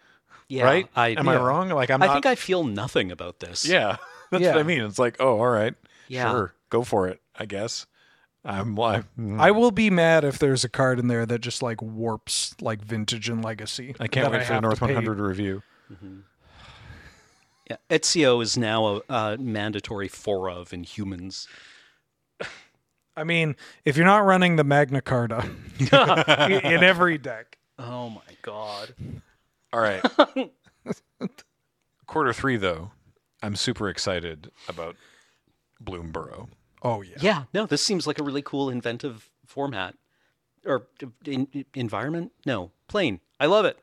S3: Yeah,
S1: right?
S3: I,
S1: Am I
S3: yeah.
S1: wrong? Like I'm
S3: I
S1: not.
S3: think I feel nothing about this.
S1: Yeah, that's
S2: Yeah.
S1: what I mean. It's like, oh, all right,
S3: Yeah.
S1: sure, go for it. I guess. I'm I, mm,
S2: I will be mad if there's a card in there that just like warps like vintage and legacy.
S1: I can't
S2: that
S1: wait for the
S2: have to
S1: North
S2: pay.
S1: 100 review.
S3: Yeah, Ezio is now a, a mandatory four of in humans.
S2: I mean, if you're not running the Magna Carta in in every deck,
S3: Oh my god.
S1: All right. Quarter three, though, I'm super excited about Bloomborough.
S2: oh yeah,
S3: Yeah, no, this seems like a really cool, inventive format or uh, in, in- environment. No, plane. I love it.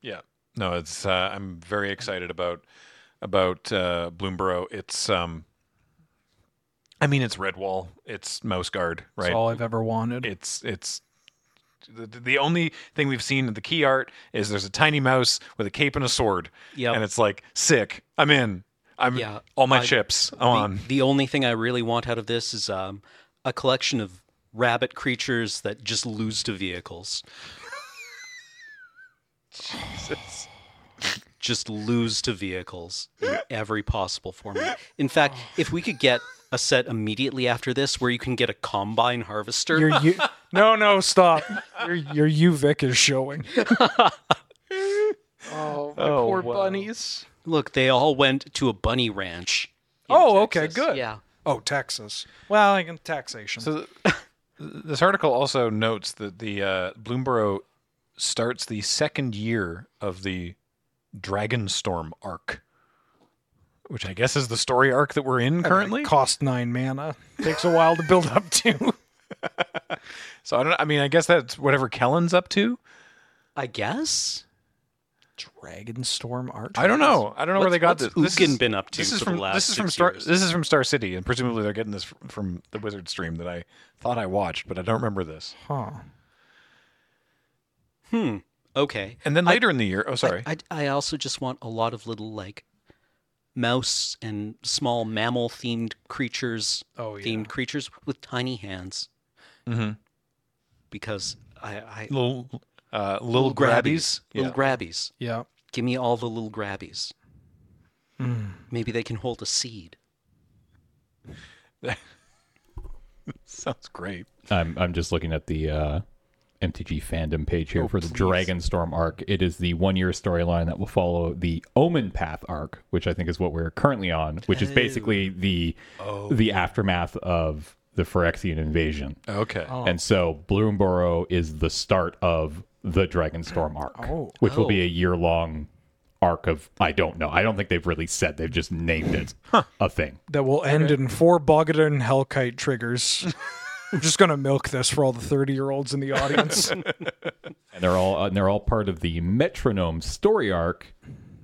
S1: Yeah. No, it's uh, I'm very excited about about uh, Bloomborough. It's um, I mean, it's Redwall, it's Mouseguard, right?
S2: that's all I've ever wanted.
S1: it's it's the, the only thing we've seen in the key art is there's a tiny mouse with a cape and a sword
S3: Yep.
S1: and it's like sick i'm in i'm
S3: Yeah,
S1: all my
S3: I-
S1: chips
S3: The-
S1: on
S3: The, only thing I really want out of this is um, a collection of rabbit creatures that just lose to vehicles. Jesus. Just lose to vehicles in every possible format. In fact, if we could get a set immediately after this where you can get a combine harvester,
S2: Your U- no, no, stop. Your your UVic is showing. oh, my poor bunnies.
S3: Look, they all went to a bunny ranch. in
S2: Oh, okay,
S3: Texas.
S2: good.
S3: Yeah.
S2: Oh, Texas. Well, I can taxation.
S1: so th- this article also notes that the uh, bloomborough starts the second year of the dragonstorm arc which i guess is the story arc that we're in currently
S2: It cost nine mana. Takes a while to build up to.
S1: so i don't i mean i guess that's whatever kellen's up to
S3: I guess.
S2: Dragonstorm art.
S1: I don't know. I don't know where
S3: What's-
S1: they got this.
S3: what's
S1: This
S3: Ugin
S1: is-
S3: been up to
S1: This is
S3: for the
S1: from
S3: last
S1: this is from
S3: six
S1: Star.
S3: years?
S1: This is from Star City, and presumably they're getting this fr- from the Wizard stream that I thought I watched, but I don't remember this.
S2: Huh.
S3: Okay.
S1: And then later in the year, oh Hmm. sorry,
S3: I, I also just want a lot of little like mouse and small mammal themed creatures,
S2: Oh, yeah.
S3: themed creatures with tiny hands.
S1: Mhm.
S3: Because I, I
S1: little uh, little grabbies. Yeah.
S3: little grabbies.
S2: Yeah.
S3: Give me all the little grabbies.
S1: Hmm.
S3: Maybe they can hold a seed.
S1: Sounds great.
S4: I'm I'm just looking at the uh, MTG fandom page here for the Dragonstorm arc. It is the one year storyline that will follow the Omen Path arc, which I think is what we're currently on, which is basically the the aftermath of the Phyrexian invasion.
S1: Okay.
S4: And so Bloomborough is the start of the Dragonstorm arc, which will be a year long arc of I don't know. I don't think they've really said. They've just named it a thing.
S2: That will end in four Bogadon Hellkite triggers. I'm just gonna milk this for all the 30 year olds in the audience.
S4: and they're all uh, and they're all part of the metronome story arc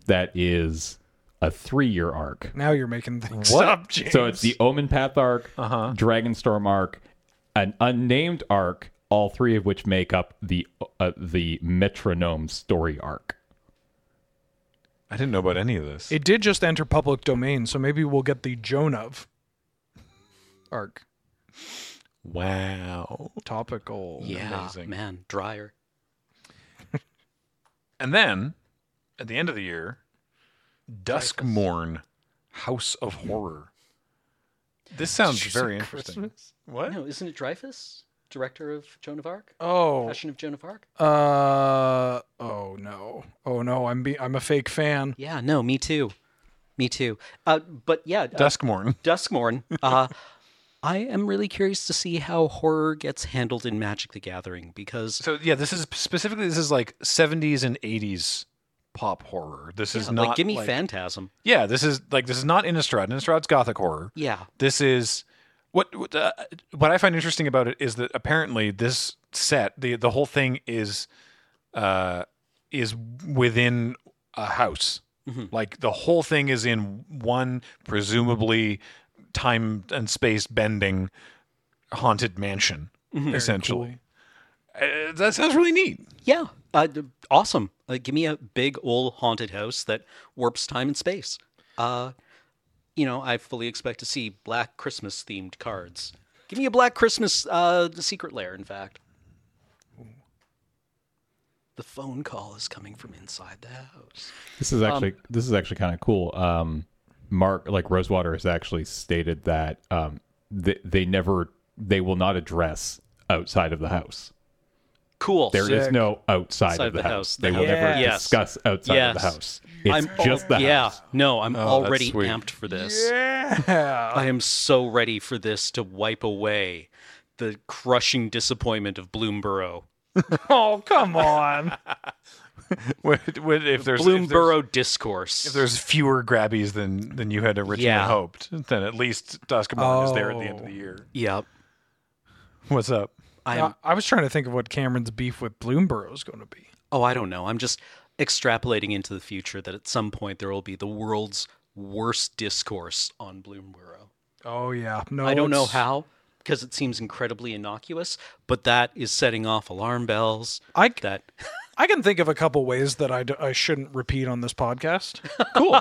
S4: that is a three-year arc
S2: now you're making things
S1: What?
S2: up. James.
S4: so it's the omen path arc dragonstorm arc an unnamed arc all three of which make up the uh, the metronome story arc
S1: I didn't know about any of this.
S2: It did just enter public domain, so maybe we'll get the Joan of arc.
S1: wow.
S2: Topical.
S3: Yeah,
S1: Oh, Amazing.
S3: man, dryer.
S1: And then at the end of the year, Duskmorn, House of Horror. This sounds very interesting. What?
S3: No, isn't it Dreyfus, director of Joan of Arc?
S2: Oh.
S3: Passion of Joan of Arc?
S2: Uh. Oh no. Oh no. I'm be- I'm a fake fan.
S3: Yeah, no, me too. Me too. Uh, but yeah, uh,
S1: Duskmorn.
S3: Duskmorn. Uh, I am really curious to see how horror gets handled in Magic the Gathering because
S1: So yeah, this is specifically this is like 70s and 80s pop horror. This is
S3: yeah,
S1: not
S3: like give me
S1: like-
S3: Phantasm.
S1: Yeah, this is like this is not Innistrad. Innistrad's gothic horror.
S3: Yeah.
S1: This is what what, uh, what I find interesting about it is that apparently this set the the whole thing is uh is within a house. Like the whole thing is in one presumably time and space bending haunted mansion essentially. Uh, that sounds really neat.
S3: Yeah. Uh, d- awesome. Uh, give me a big old haunted house that warps time and space. Uh, you know, I fully expect to see Black Christmas themed cards. Give me a Black Christmas uh, secret lair, in fact. The phone call is coming from inside the house.
S4: This is actually this is actually kind of cool. Um, Mark, like Rosewater, has actually stated that um, they, they never they will not address outside of the house.
S3: Cool.
S4: There is no outside
S3: Outside
S4: of the, house. They will
S2: house.
S4: never
S2: Yes.
S4: discuss outside of
S3: Yes.
S4: the house. It's
S3: I'm
S4: just the
S3: yeah.
S4: house.
S3: No, I'm already
S1: sweet.
S3: amped for this. I am so ready for this to wipe away the crushing disappointment of Bloomborough.
S2: Oh come on.
S1: What- what- if there's if there's-
S3: Bloomborough discourse.
S1: if there's fewer grabbies than than you had originally
S3: Yeah. then
S1: then at least Duskmorn is there at the end of the year.
S3: yep.
S1: What's up?
S3: I'm,
S2: I, I was trying to think of what Cameron's beef with Bloomborough is going to be.
S3: oh, I don't know. I'm just extrapolating into the future that at some point there will be the world's worst discourse on Bloomborough.
S2: Oh yeah. No.
S3: I don't know
S2: it's-
S3: how because it seems incredibly innocuous, but that is setting off alarm bells.
S2: I c-
S3: that
S2: I can think of a couple ways that I, d- I shouldn't repeat on this podcast.
S1: Cool.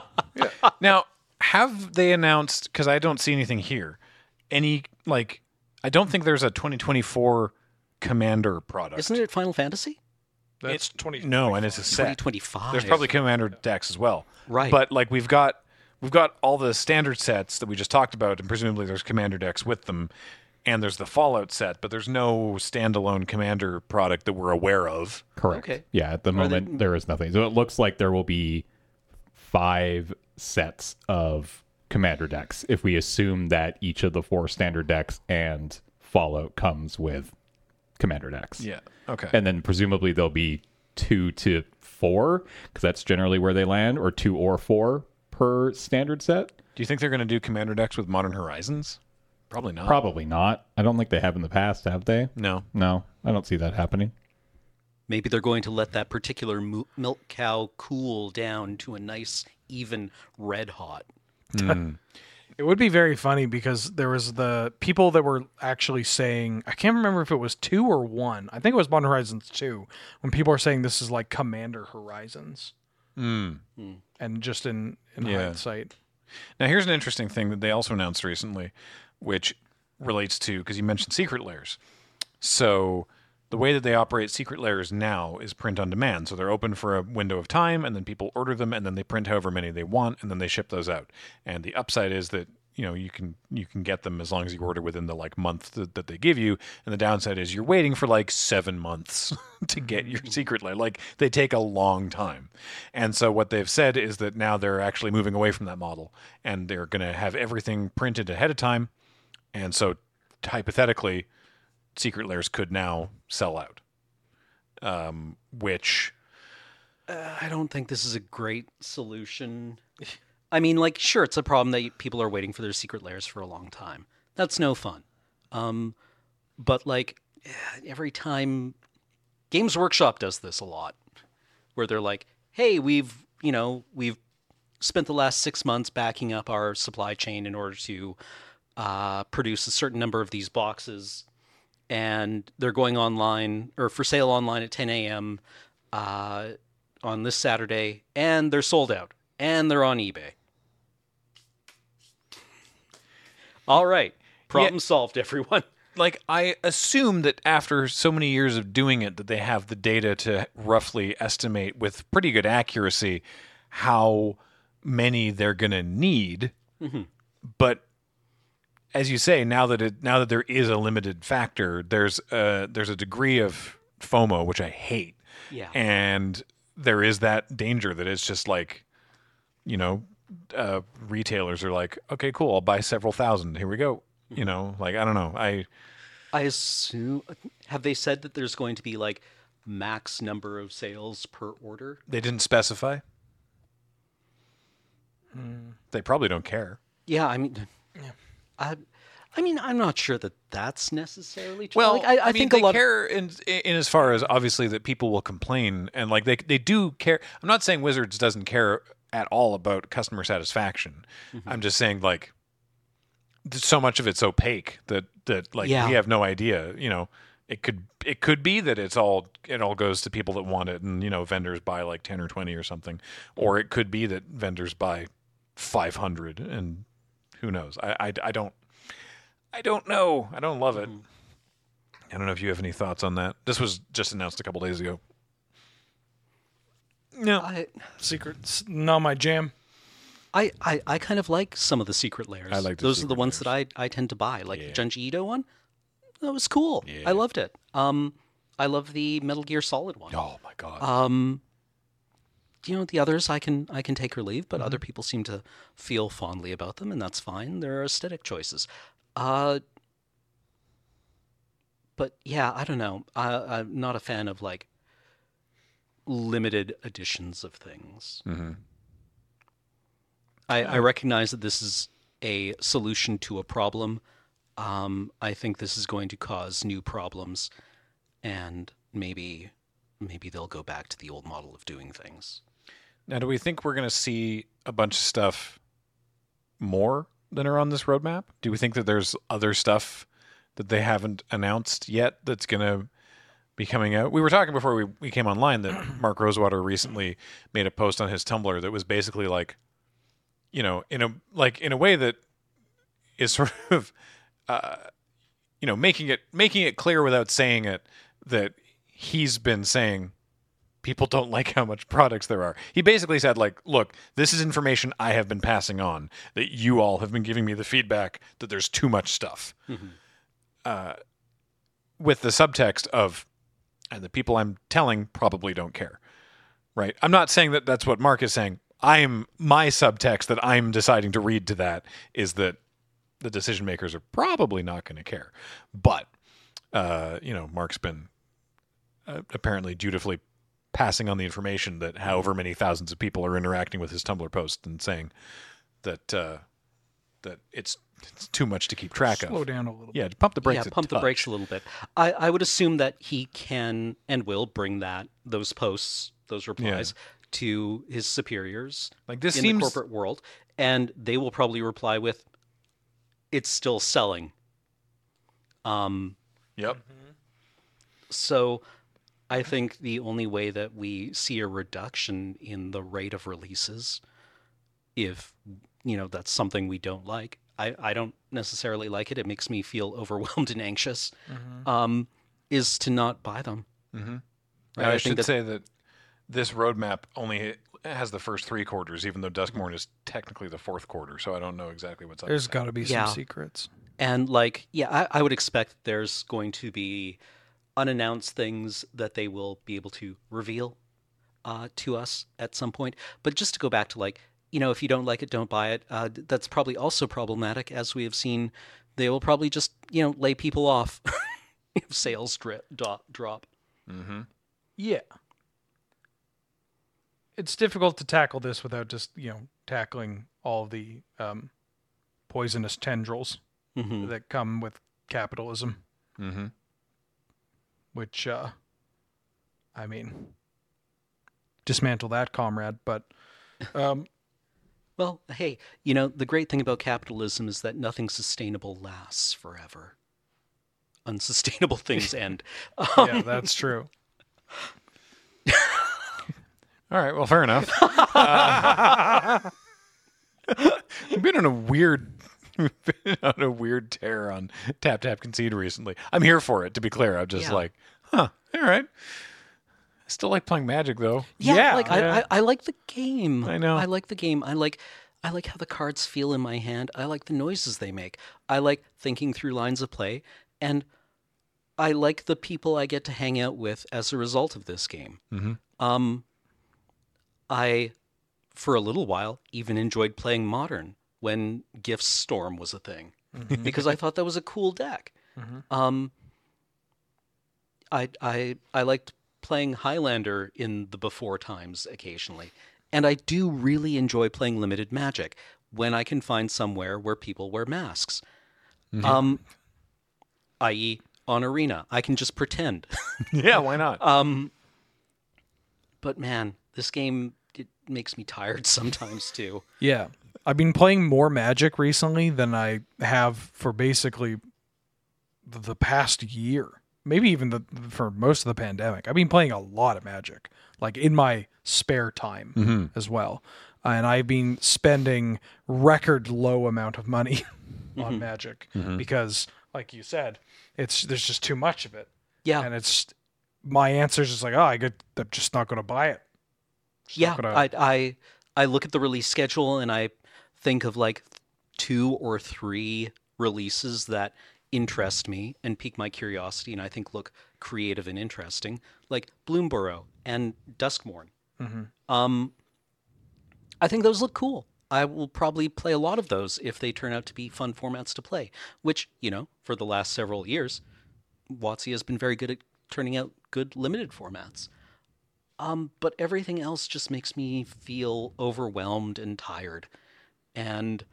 S1: Now, have they announced? Because I don't see anything here. Any like, I don't think there's a 2024 Commander product.
S3: isn't it Final Fantasy
S2: That's 20.
S1: No, and it's a set.
S3: 2025.
S1: There's probably Commander decks as well.
S3: Right.
S1: But like, we've got we've got all the standard sets that we just talked about, and presumably there's Commander decks with them. And there's the Fallout set, but there's no standalone Commander product that we're aware of.
S4: Correct.
S3: Okay.
S4: Yeah, at the moment there is nothing. So it looks like there will be five sets of commander decks if we assume that each of the four standard decks and Fallout comes with commander decks.
S1: Okay.
S4: And then presumably there'll be two to four because that's generally where they land or two or four per standard set.
S1: Do you think they're going to do Commander decks with Modern Horizons? Probably
S3: Oh.
S1: not.
S4: Probably not. I don't think they have in the past, have they?
S1: no.
S4: No, I don't see that happening.
S3: Maybe they're going to let that particular mu- milk cow cool down to a nice, even red hot.
S2: It would be very funny because there was the people that were actually saying I can't remember if it was two or one. I think it was Modern Horizons two when people are saying this is like Commander Horizons, Hmm.
S3: Hmm.
S2: and just in in
S1: Yeah.
S2: hindsight,
S1: Now, here's an interesting thing that they also announced recently, which relates to because you mentioned secret layers. So, the way that they operate secret layers now is print on demand. So, they're open for a window of time, and then people order them, and then they print however many they want, and then they ship those out. And the upside is that you know you can you can get them as long as you order within the like month that, that they give you and the downside is you're waiting for like seven months to get your secret layer like they take a long time and so what they've said is that now they're actually moving away from that model and they're going to have everything printed ahead of time and so hypothetically secret layers could now sell out um, which
S3: I don't think this is a great solution. I mean, like, sure, it's a problem that people are waiting for their secret layers for a long time. That's no fun. Um, but like, every time, Games Workshop does this a lot, where they're like, "Hey, we've you know we've spent the last six months backing up our supply chain in order to uh, produce a certain number of these boxes, and they're going online or for sale online at 10 a.m." Uh, on this Saturday, and they're sold out, and they're on eBay. All right, problem solved, everyone.
S1: like I assume that after so many years of doing it that they have the data to roughly estimate with pretty good accuracy how many they're going to need. But as you say, now that it now that there is a limited factor, there's a, there's a degree of FOMO which I hate.
S3: Yeah.
S1: And there is that danger that it's just like you know, uh, retailers are like, okay, cool, I'll buy several thousand. Here we go. You know, like I don't know. I
S3: I assume have they said that there's going to be like max number of sales per order?
S1: They didn't specify. They probably don't care.
S3: Yeah, I mean, I, I mean, I'm not sure that that's necessarily true.
S1: Well,
S3: Like, I, I,
S1: mean,
S3: think
S1: they
S3: a lot. of-
S1: care in, in as far as obviously that people will complain and like they they do care. I'm not saying Wizards doesn't care at all about customer satisfaction.
S3: Mm-hmm.
S1: I'm just saying like th- so much of it's opaque that that like
S3: Yeah.
S1: we have no idea. You know, it could it could be that it's all it all goes to people that want it, and you know, vendors buy like ten or twenty or something, or it could be that vendors buy five hundred, and who knows? I, I I don't I don't know. I don't love it. I don't know if you have any thoughts on that. This was just announced a couple days ago. No, I,
S3: I,
S2: secrets not my jam.
S3: I, I, I kind of like some of the secret layers.
S1: I like the
S3: those are the
S1: secret
S3: ones that I, I tend to buy. Like the Junji Ito one, that was cool.
S1: Yeah.
S3: I loved it. Um, I love the Metal Gear Solid one.
S1: oh my god,
S3: Um, you know the others I can I can take or leave, but other people seem to feel fondly about them, and that's fine. There are aesthetic choices. Uh, but yeah, I don't know. I, I'm not a fan of like limited editions of things. I, I recognize that this is a solution to a problem. Um, I think this is going to cause new problems, and maybe maybe they'll go back to the old model of doing things.
S1: Now, do we think we're going to see a bunch of stuff more than are on this roadmap? Do we think that there's other stuff that they haven't announced yet that's going to be coming out? We were talking before we, we came online that Mark Rosewater recently made a post on his Tumblr that was basically like, you know, in a like in a way that is sort of, uh, you know, making it making it clear without saying it that he's been saying people don't like how much products there are. He basically said like, look, this is information I have been passing on that you all have been giving me the feedback that there's too much stuff.
S3: Mm-hmm.
S1: Uh, with the subtext of and the people I'm telling probably don't care. Right? I'm not saying that that's what Mark is saying. I'm my subtext that I'm deciding to read to that is that the decision makers are probably not going to care. But uh, you know, Mark's been uh, apparently dutifully passing on the information that however many thousands of people are interacting with his Tumblr post and saying that uh, that it's it's too much to keep track
S2: Slow
S1: of.
S2: down a little.
S1: Yeah, pump the brakes.
S3: yeah,
S1: a
S3: pump the
S1: touch.
S3: brakes a little bit. I, I would assume that he can and will bring that those posts, those replies to his superiors
S1: Like this
S3: in
S1: seems
S3: the corporate world, and they will probably reply with, it's still selling. Um,
S1: Yep.
S3: so I think the only way that we see a reduction in the rate of releases, if you know that's something we don't like, I, I don't necessarily like it. It makes me feel overwhelmed and anxious.
S2: Mm-hmm.
S1: Mm-hmm.
S3: Um, is to not buy them.
S1: Now,
S3: Mm-hmm. Right,
S1: Mm-hmm. I,
S3: I think
S1: should
S3: that-
S1: say that this roadmap only has the first three quarters, even though Duskmorn is technically the fourth quarter. So I don't know exactly what's up.
S2: There's got to be
S3: Yeah.
S2: some secrets.
S3: And like, yeah, I, I would expect there's going to be unannounced things that they will be able to reveal uh, to us at some point. But just to go back to like, you know, if you don't like it, don't buy it. Uh, th- that's probably also problematic, as we have seen. They will probably just you know lay people off if sales drip, do- drop.
S1: Mm-hmm.
S2: Yeah. It's difficult to tackle this without just, you know, tackling all the um, poisonous tendrils
S3: Mhm.
S2: that come with capitalism,
S1: Mm-hmm.
S2: which, uh, I mean, dismantle that, comrade. But um,
S3: Well, hey, you know the great thing about capitalism is that nothing sustainable lasts forever. Unsustainable things end. Um,
S2: yeah, that's true.
S1: All right. Well, fair enough. Uh, We've been on a weird, we've been on a weird tear on Tap Tap Concede recently. I'm here for it. To be clear, I'm just
S3: Yeah.
S1: like, huh. All right. I still like playing Magic though.
S3: Yeah,
S2: Yeah,
S3: like
S2: yeah.
S3: I, I, I like the game.
S1: I know.
S3: I like the game. I like I like how the cards feel in my hand. I like the noises they make. I like thinking through lines of play, and I like the people I get to hang out with as a result of this game.
S1: Mhm.
S3: Um, I, for a little while, even enjoyed playing Modern when Gifts Storm was a thing
S2: Mm-hmm.
S3: because I thought that was a cool deck.
S2: Mhm.
S3: Um, I I I liked playing Highlander in the before times occasionally, and I do really enjoy playing limited Magic when I can find somewhere where people wear masks. Um, i.e., on Arena, I can just pretend.
S1: Yeah. Why not?
S3: Um, but man, this game it makes me tired sometimes too.
S2: Yeah. I've been playing more Magic recently than I have for basically th- the past year. Maybe even the for most of the pandemic. I've been playing a lot of Magic, like in my spare time as well. And I've been spending record low amount of money on Magic because like you said, it's there's just too much of it.
S3: Yeah,
S2: And it's my answer is just like, "Oh, I could I'm just not going to buy it." Just
S3: yeah
S2: not gonna-
S3: I, I i look at the release schedule and i think of like two or three releases that interest me and pique my curiosity and i think look creative and interesting like bloomborough and duskmorn
S2: Mhm.
S3: um i think those look cool i will probably play a lot of those if they turn out to be fun formats to play which you know for the last several years Watsy has been very good at turning out good limited formats. Um, but everything else just makes me feel overwhelmed and tired. And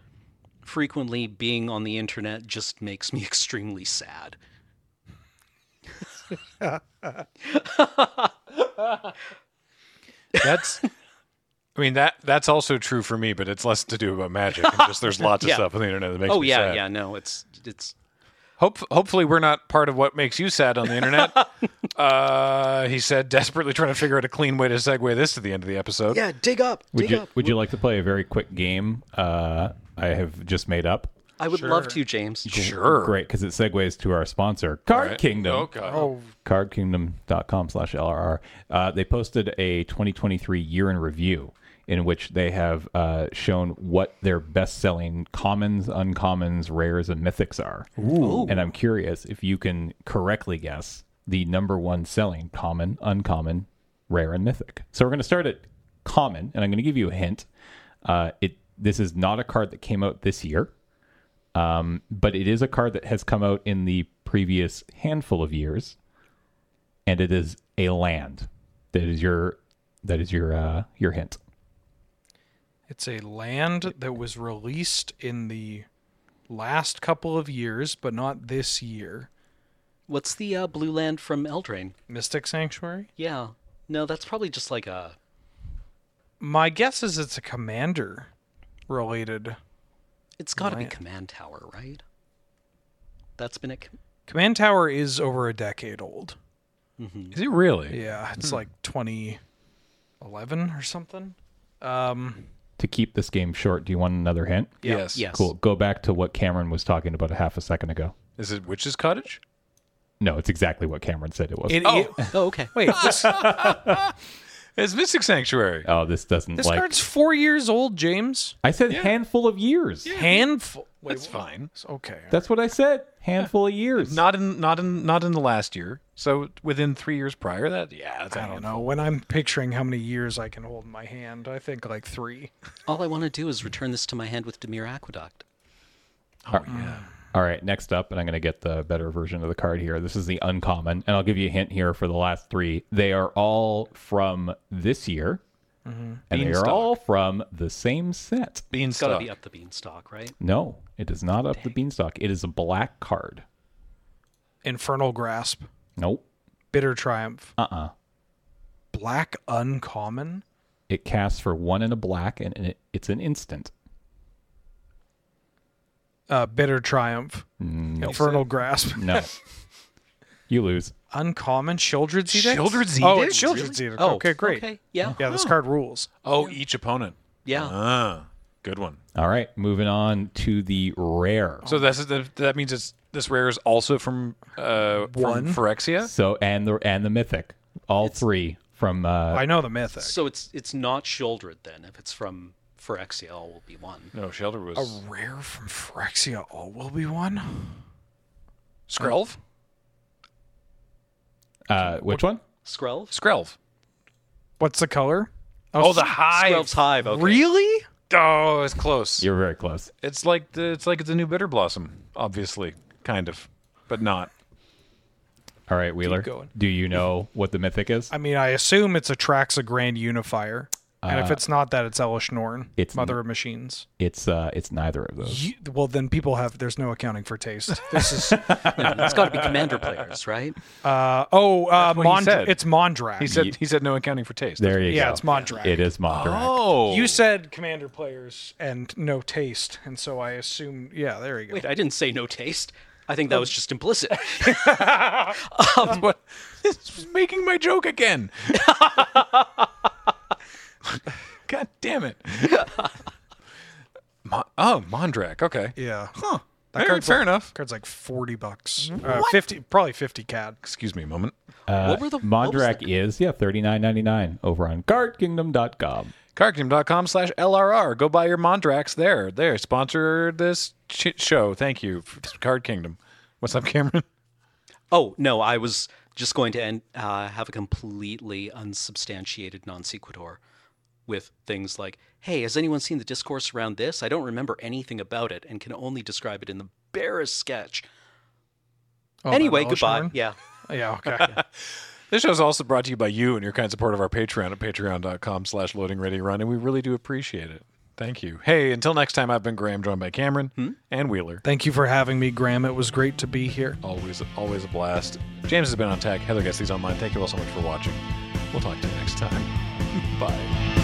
S3: frequently being on the internet just makes me extremely sad.
S1: That's. I mean that that's also true for me, but it's less to do about magic. And just there's lots of
S3: Yeah.
S1: stuff on the internet that makes
S3: oh
S1: me
S3: yeah,
S1: sad.
S3: yeah, no, it's it's
S1: Hope, hopefully, we're not part of what makes you sad on the internet. uh, he said, desperately trying to figure out a clean way to segue this to the end of the episode.
S3: Yeah, dig up.
S4: Would
S3: dig
S4: you
S3: up.
S4: Would you like to play a very quick game? Uh, I have just made up.
S3: I would love to, James.
S1: Sure.
S4: Great, because it segues to our sponsor, Card
S1: Right.
S4: Kingdom.
S1: Oh, God.
S2: Oh,
S4: cardkingdom.com slash lrr uh, they posted a 2023 year in review in which they have uh, shown what their best-selling commons uncommons rares and mythics are and i'm curious if you can correctly guess the number one selling common uncommon rare and mythic so we're going to start at common and i'm going to give you a hint uh, it this is not a card that came out this year um, but it is a card that has come out in the previous handful of years and it is a land. That is your that is your uh your hint.
S2: It's a land that was released in the last couple of years, but not this year.
S3: What's the uh, blue land from Eldraine?
S2: Mystic Sanctuary?
S3: Yeah. No, that's probably just like a
S2: My guess is it's a commander related
S3: It's got to be Command Tower, right? That's been a com-
S2: Command Tower is over a decade old.
S1: Is it really?
S2: Yeah, it's like 2011 or something. Um,
S4: To keep this game short, do you want another hint?
S1: Yes.
S3: yes.
S4: Cool. Go back to what Cameron was talking about a half a second ago.
S1: Is it Witch's Cottage?
S4: No, it's exactly what Cameron said it was.
S2: it,
S1: Oh.
S2: it-
S3: Oh, okay.
S2: wait, this,
S1: It's Mystic Sanctuary.
S4: oh, this doesn't
S2: this
S4: like.
S2: card's four years old, James.
S4: I said handful of years.
S2: Handful. Wait,
S1: That's fine.
S2: wh- okay.
S4: That's what I said. Handful of years.
S1: Not Oh, in not in not in the last year. So within three years prior, that yeah, that's
S2: I don't know. When I'm picturing how many years I can hold in my hand, I think like three.
S3: All I want to do is return this to my hand with Demir Aqueduct.
S4: All right, next up, and I'm going to get the better version of the card here. This is the uncommon, and I'll give you a hint here for the last three. They are all from this year, and they
S1: Beanstalk.
S4: are all from the same set.
S3: It's got to
S1: Beanstalk.
S3: be up the beanstalk, right?
S4: No, it is not up the beanstalk. It is a black card.
S2: Infernal Grasp,
S4: Nope.
S2: Bitter Triumph,
S4: Uh uh
S2: Black Uncommon.
S4: It casts for one and a black, and it, it's an instant.
S2: uh, Bitter Triumph, Infernal Grasp,
S4: Mm. No. you lose.
S2: Uncommon, Childred's Edict.
S1: Childred's
S2: Oh,
S1: Edict?
S2: it's Childred's Edict.
S3: Oh,
S2: okay, great.
S3: Okay, yeah,
S2: Yeah, this card rules.
S1: Oh, each opponent.
S3: yeah.
S1: Ah, good one.
S4: All right, moving on to the rare.
S1: So that's that, that means it's this rare is also from uh
S2: One.
S1: from Phyrexia.
S4: So and the and the mythic, all three from uh,
S2: I know the mythic.
S3: So it's it's not shouldered then. If it's from Phyrexia, all will be one.
S1: No, Shelter was
S2: Rare from Phyrexia, all will be one.
S1: Skrelv.
S4: uh which one?
S3: Skrelv?
S1: Skrelv.
S2: What's the color?
S1: Oh, the hive.
S3: Skrelv's Hive, okay.
S2: Really?
S1: Oh, it's close.
S4: You're very close.
S1: It's like the it's like it's a new bitter blossom, obviously, kind of, but not.
S4: All right, Wheeler.
S2: going.
S4: Do you know what the mythic is?
S2: I mean, I assume it's Atraxa Grand Unifier. And if it's not that, it's Elish Norn,
S4: Uh, it's
S2: Mother of Machines.
S4: It's uh it's neither of those.
S2: You, well, then people have, there's no accounting for taste. This is,
S3: No, it's got to be commander players, right?
S2: uh, oh, uh,
S1: what he
S2: Mond-
S1: said.
S2: it's Mondrak.
S1: He said he said no accounting for taste.
S4: There you
S2: yeah,
S4: go.
S2: it's Mondrak.
S4: It is Mondrak.
S1: Oh,
S2: You said commander players and no taste, and so I assume, yeah, there you go.
S3: Wait, I didn't say no taste. I think that was just implicit.
S1: that's what this was making my joke again. God damn it! Mon- oh, Mondrak. Okay.
S2: yeah,
S1: Huh.
S2: That
S1: All right,
S2: card's
S1: fair
S2: like-
S1: enough.
S2: Card's like forty bucks, uh, fifty, probably fifty cad.
S1: Excuse me a moment.
S4: Uh,
S3: What were the- what was
S4: Mondrak is yeah thirty nine ninety nine over on GuardKingdom.com.
S1: Carkingdom.com slash LRR. Go buy your Mondrax there. There. Sponsor this ch- show. Thank you, Card Kingdom. What's up, Cameron?
S3: oh no, I was just going to end, uh, have a completely unsubstantiated non sequitur with things like, "Hey, has anyone seen the discourse around this? I don't remember anything about it, and can only describe it in the barest sketch."
S2: Oh,
S3: anyway,
S2: that
S3: goodbye.
S2: Elshorn?
S3: Yeah.
S2: Yeah, okay.
S1: This show is also brought to you by you and your kind support of our Patreon at patreon.com slash loading ready run, and we really do appreciate it. Thank you. Hey, until next time, I've been Graham, joined by Cameron and Wheeler.
S2: Thank you for having me, Graham. It was great to be here.
S1: Always, always a blast. James has been on tech. Heather gets these online. Thank you all so much for watching. We'll talk to you next time. Bye.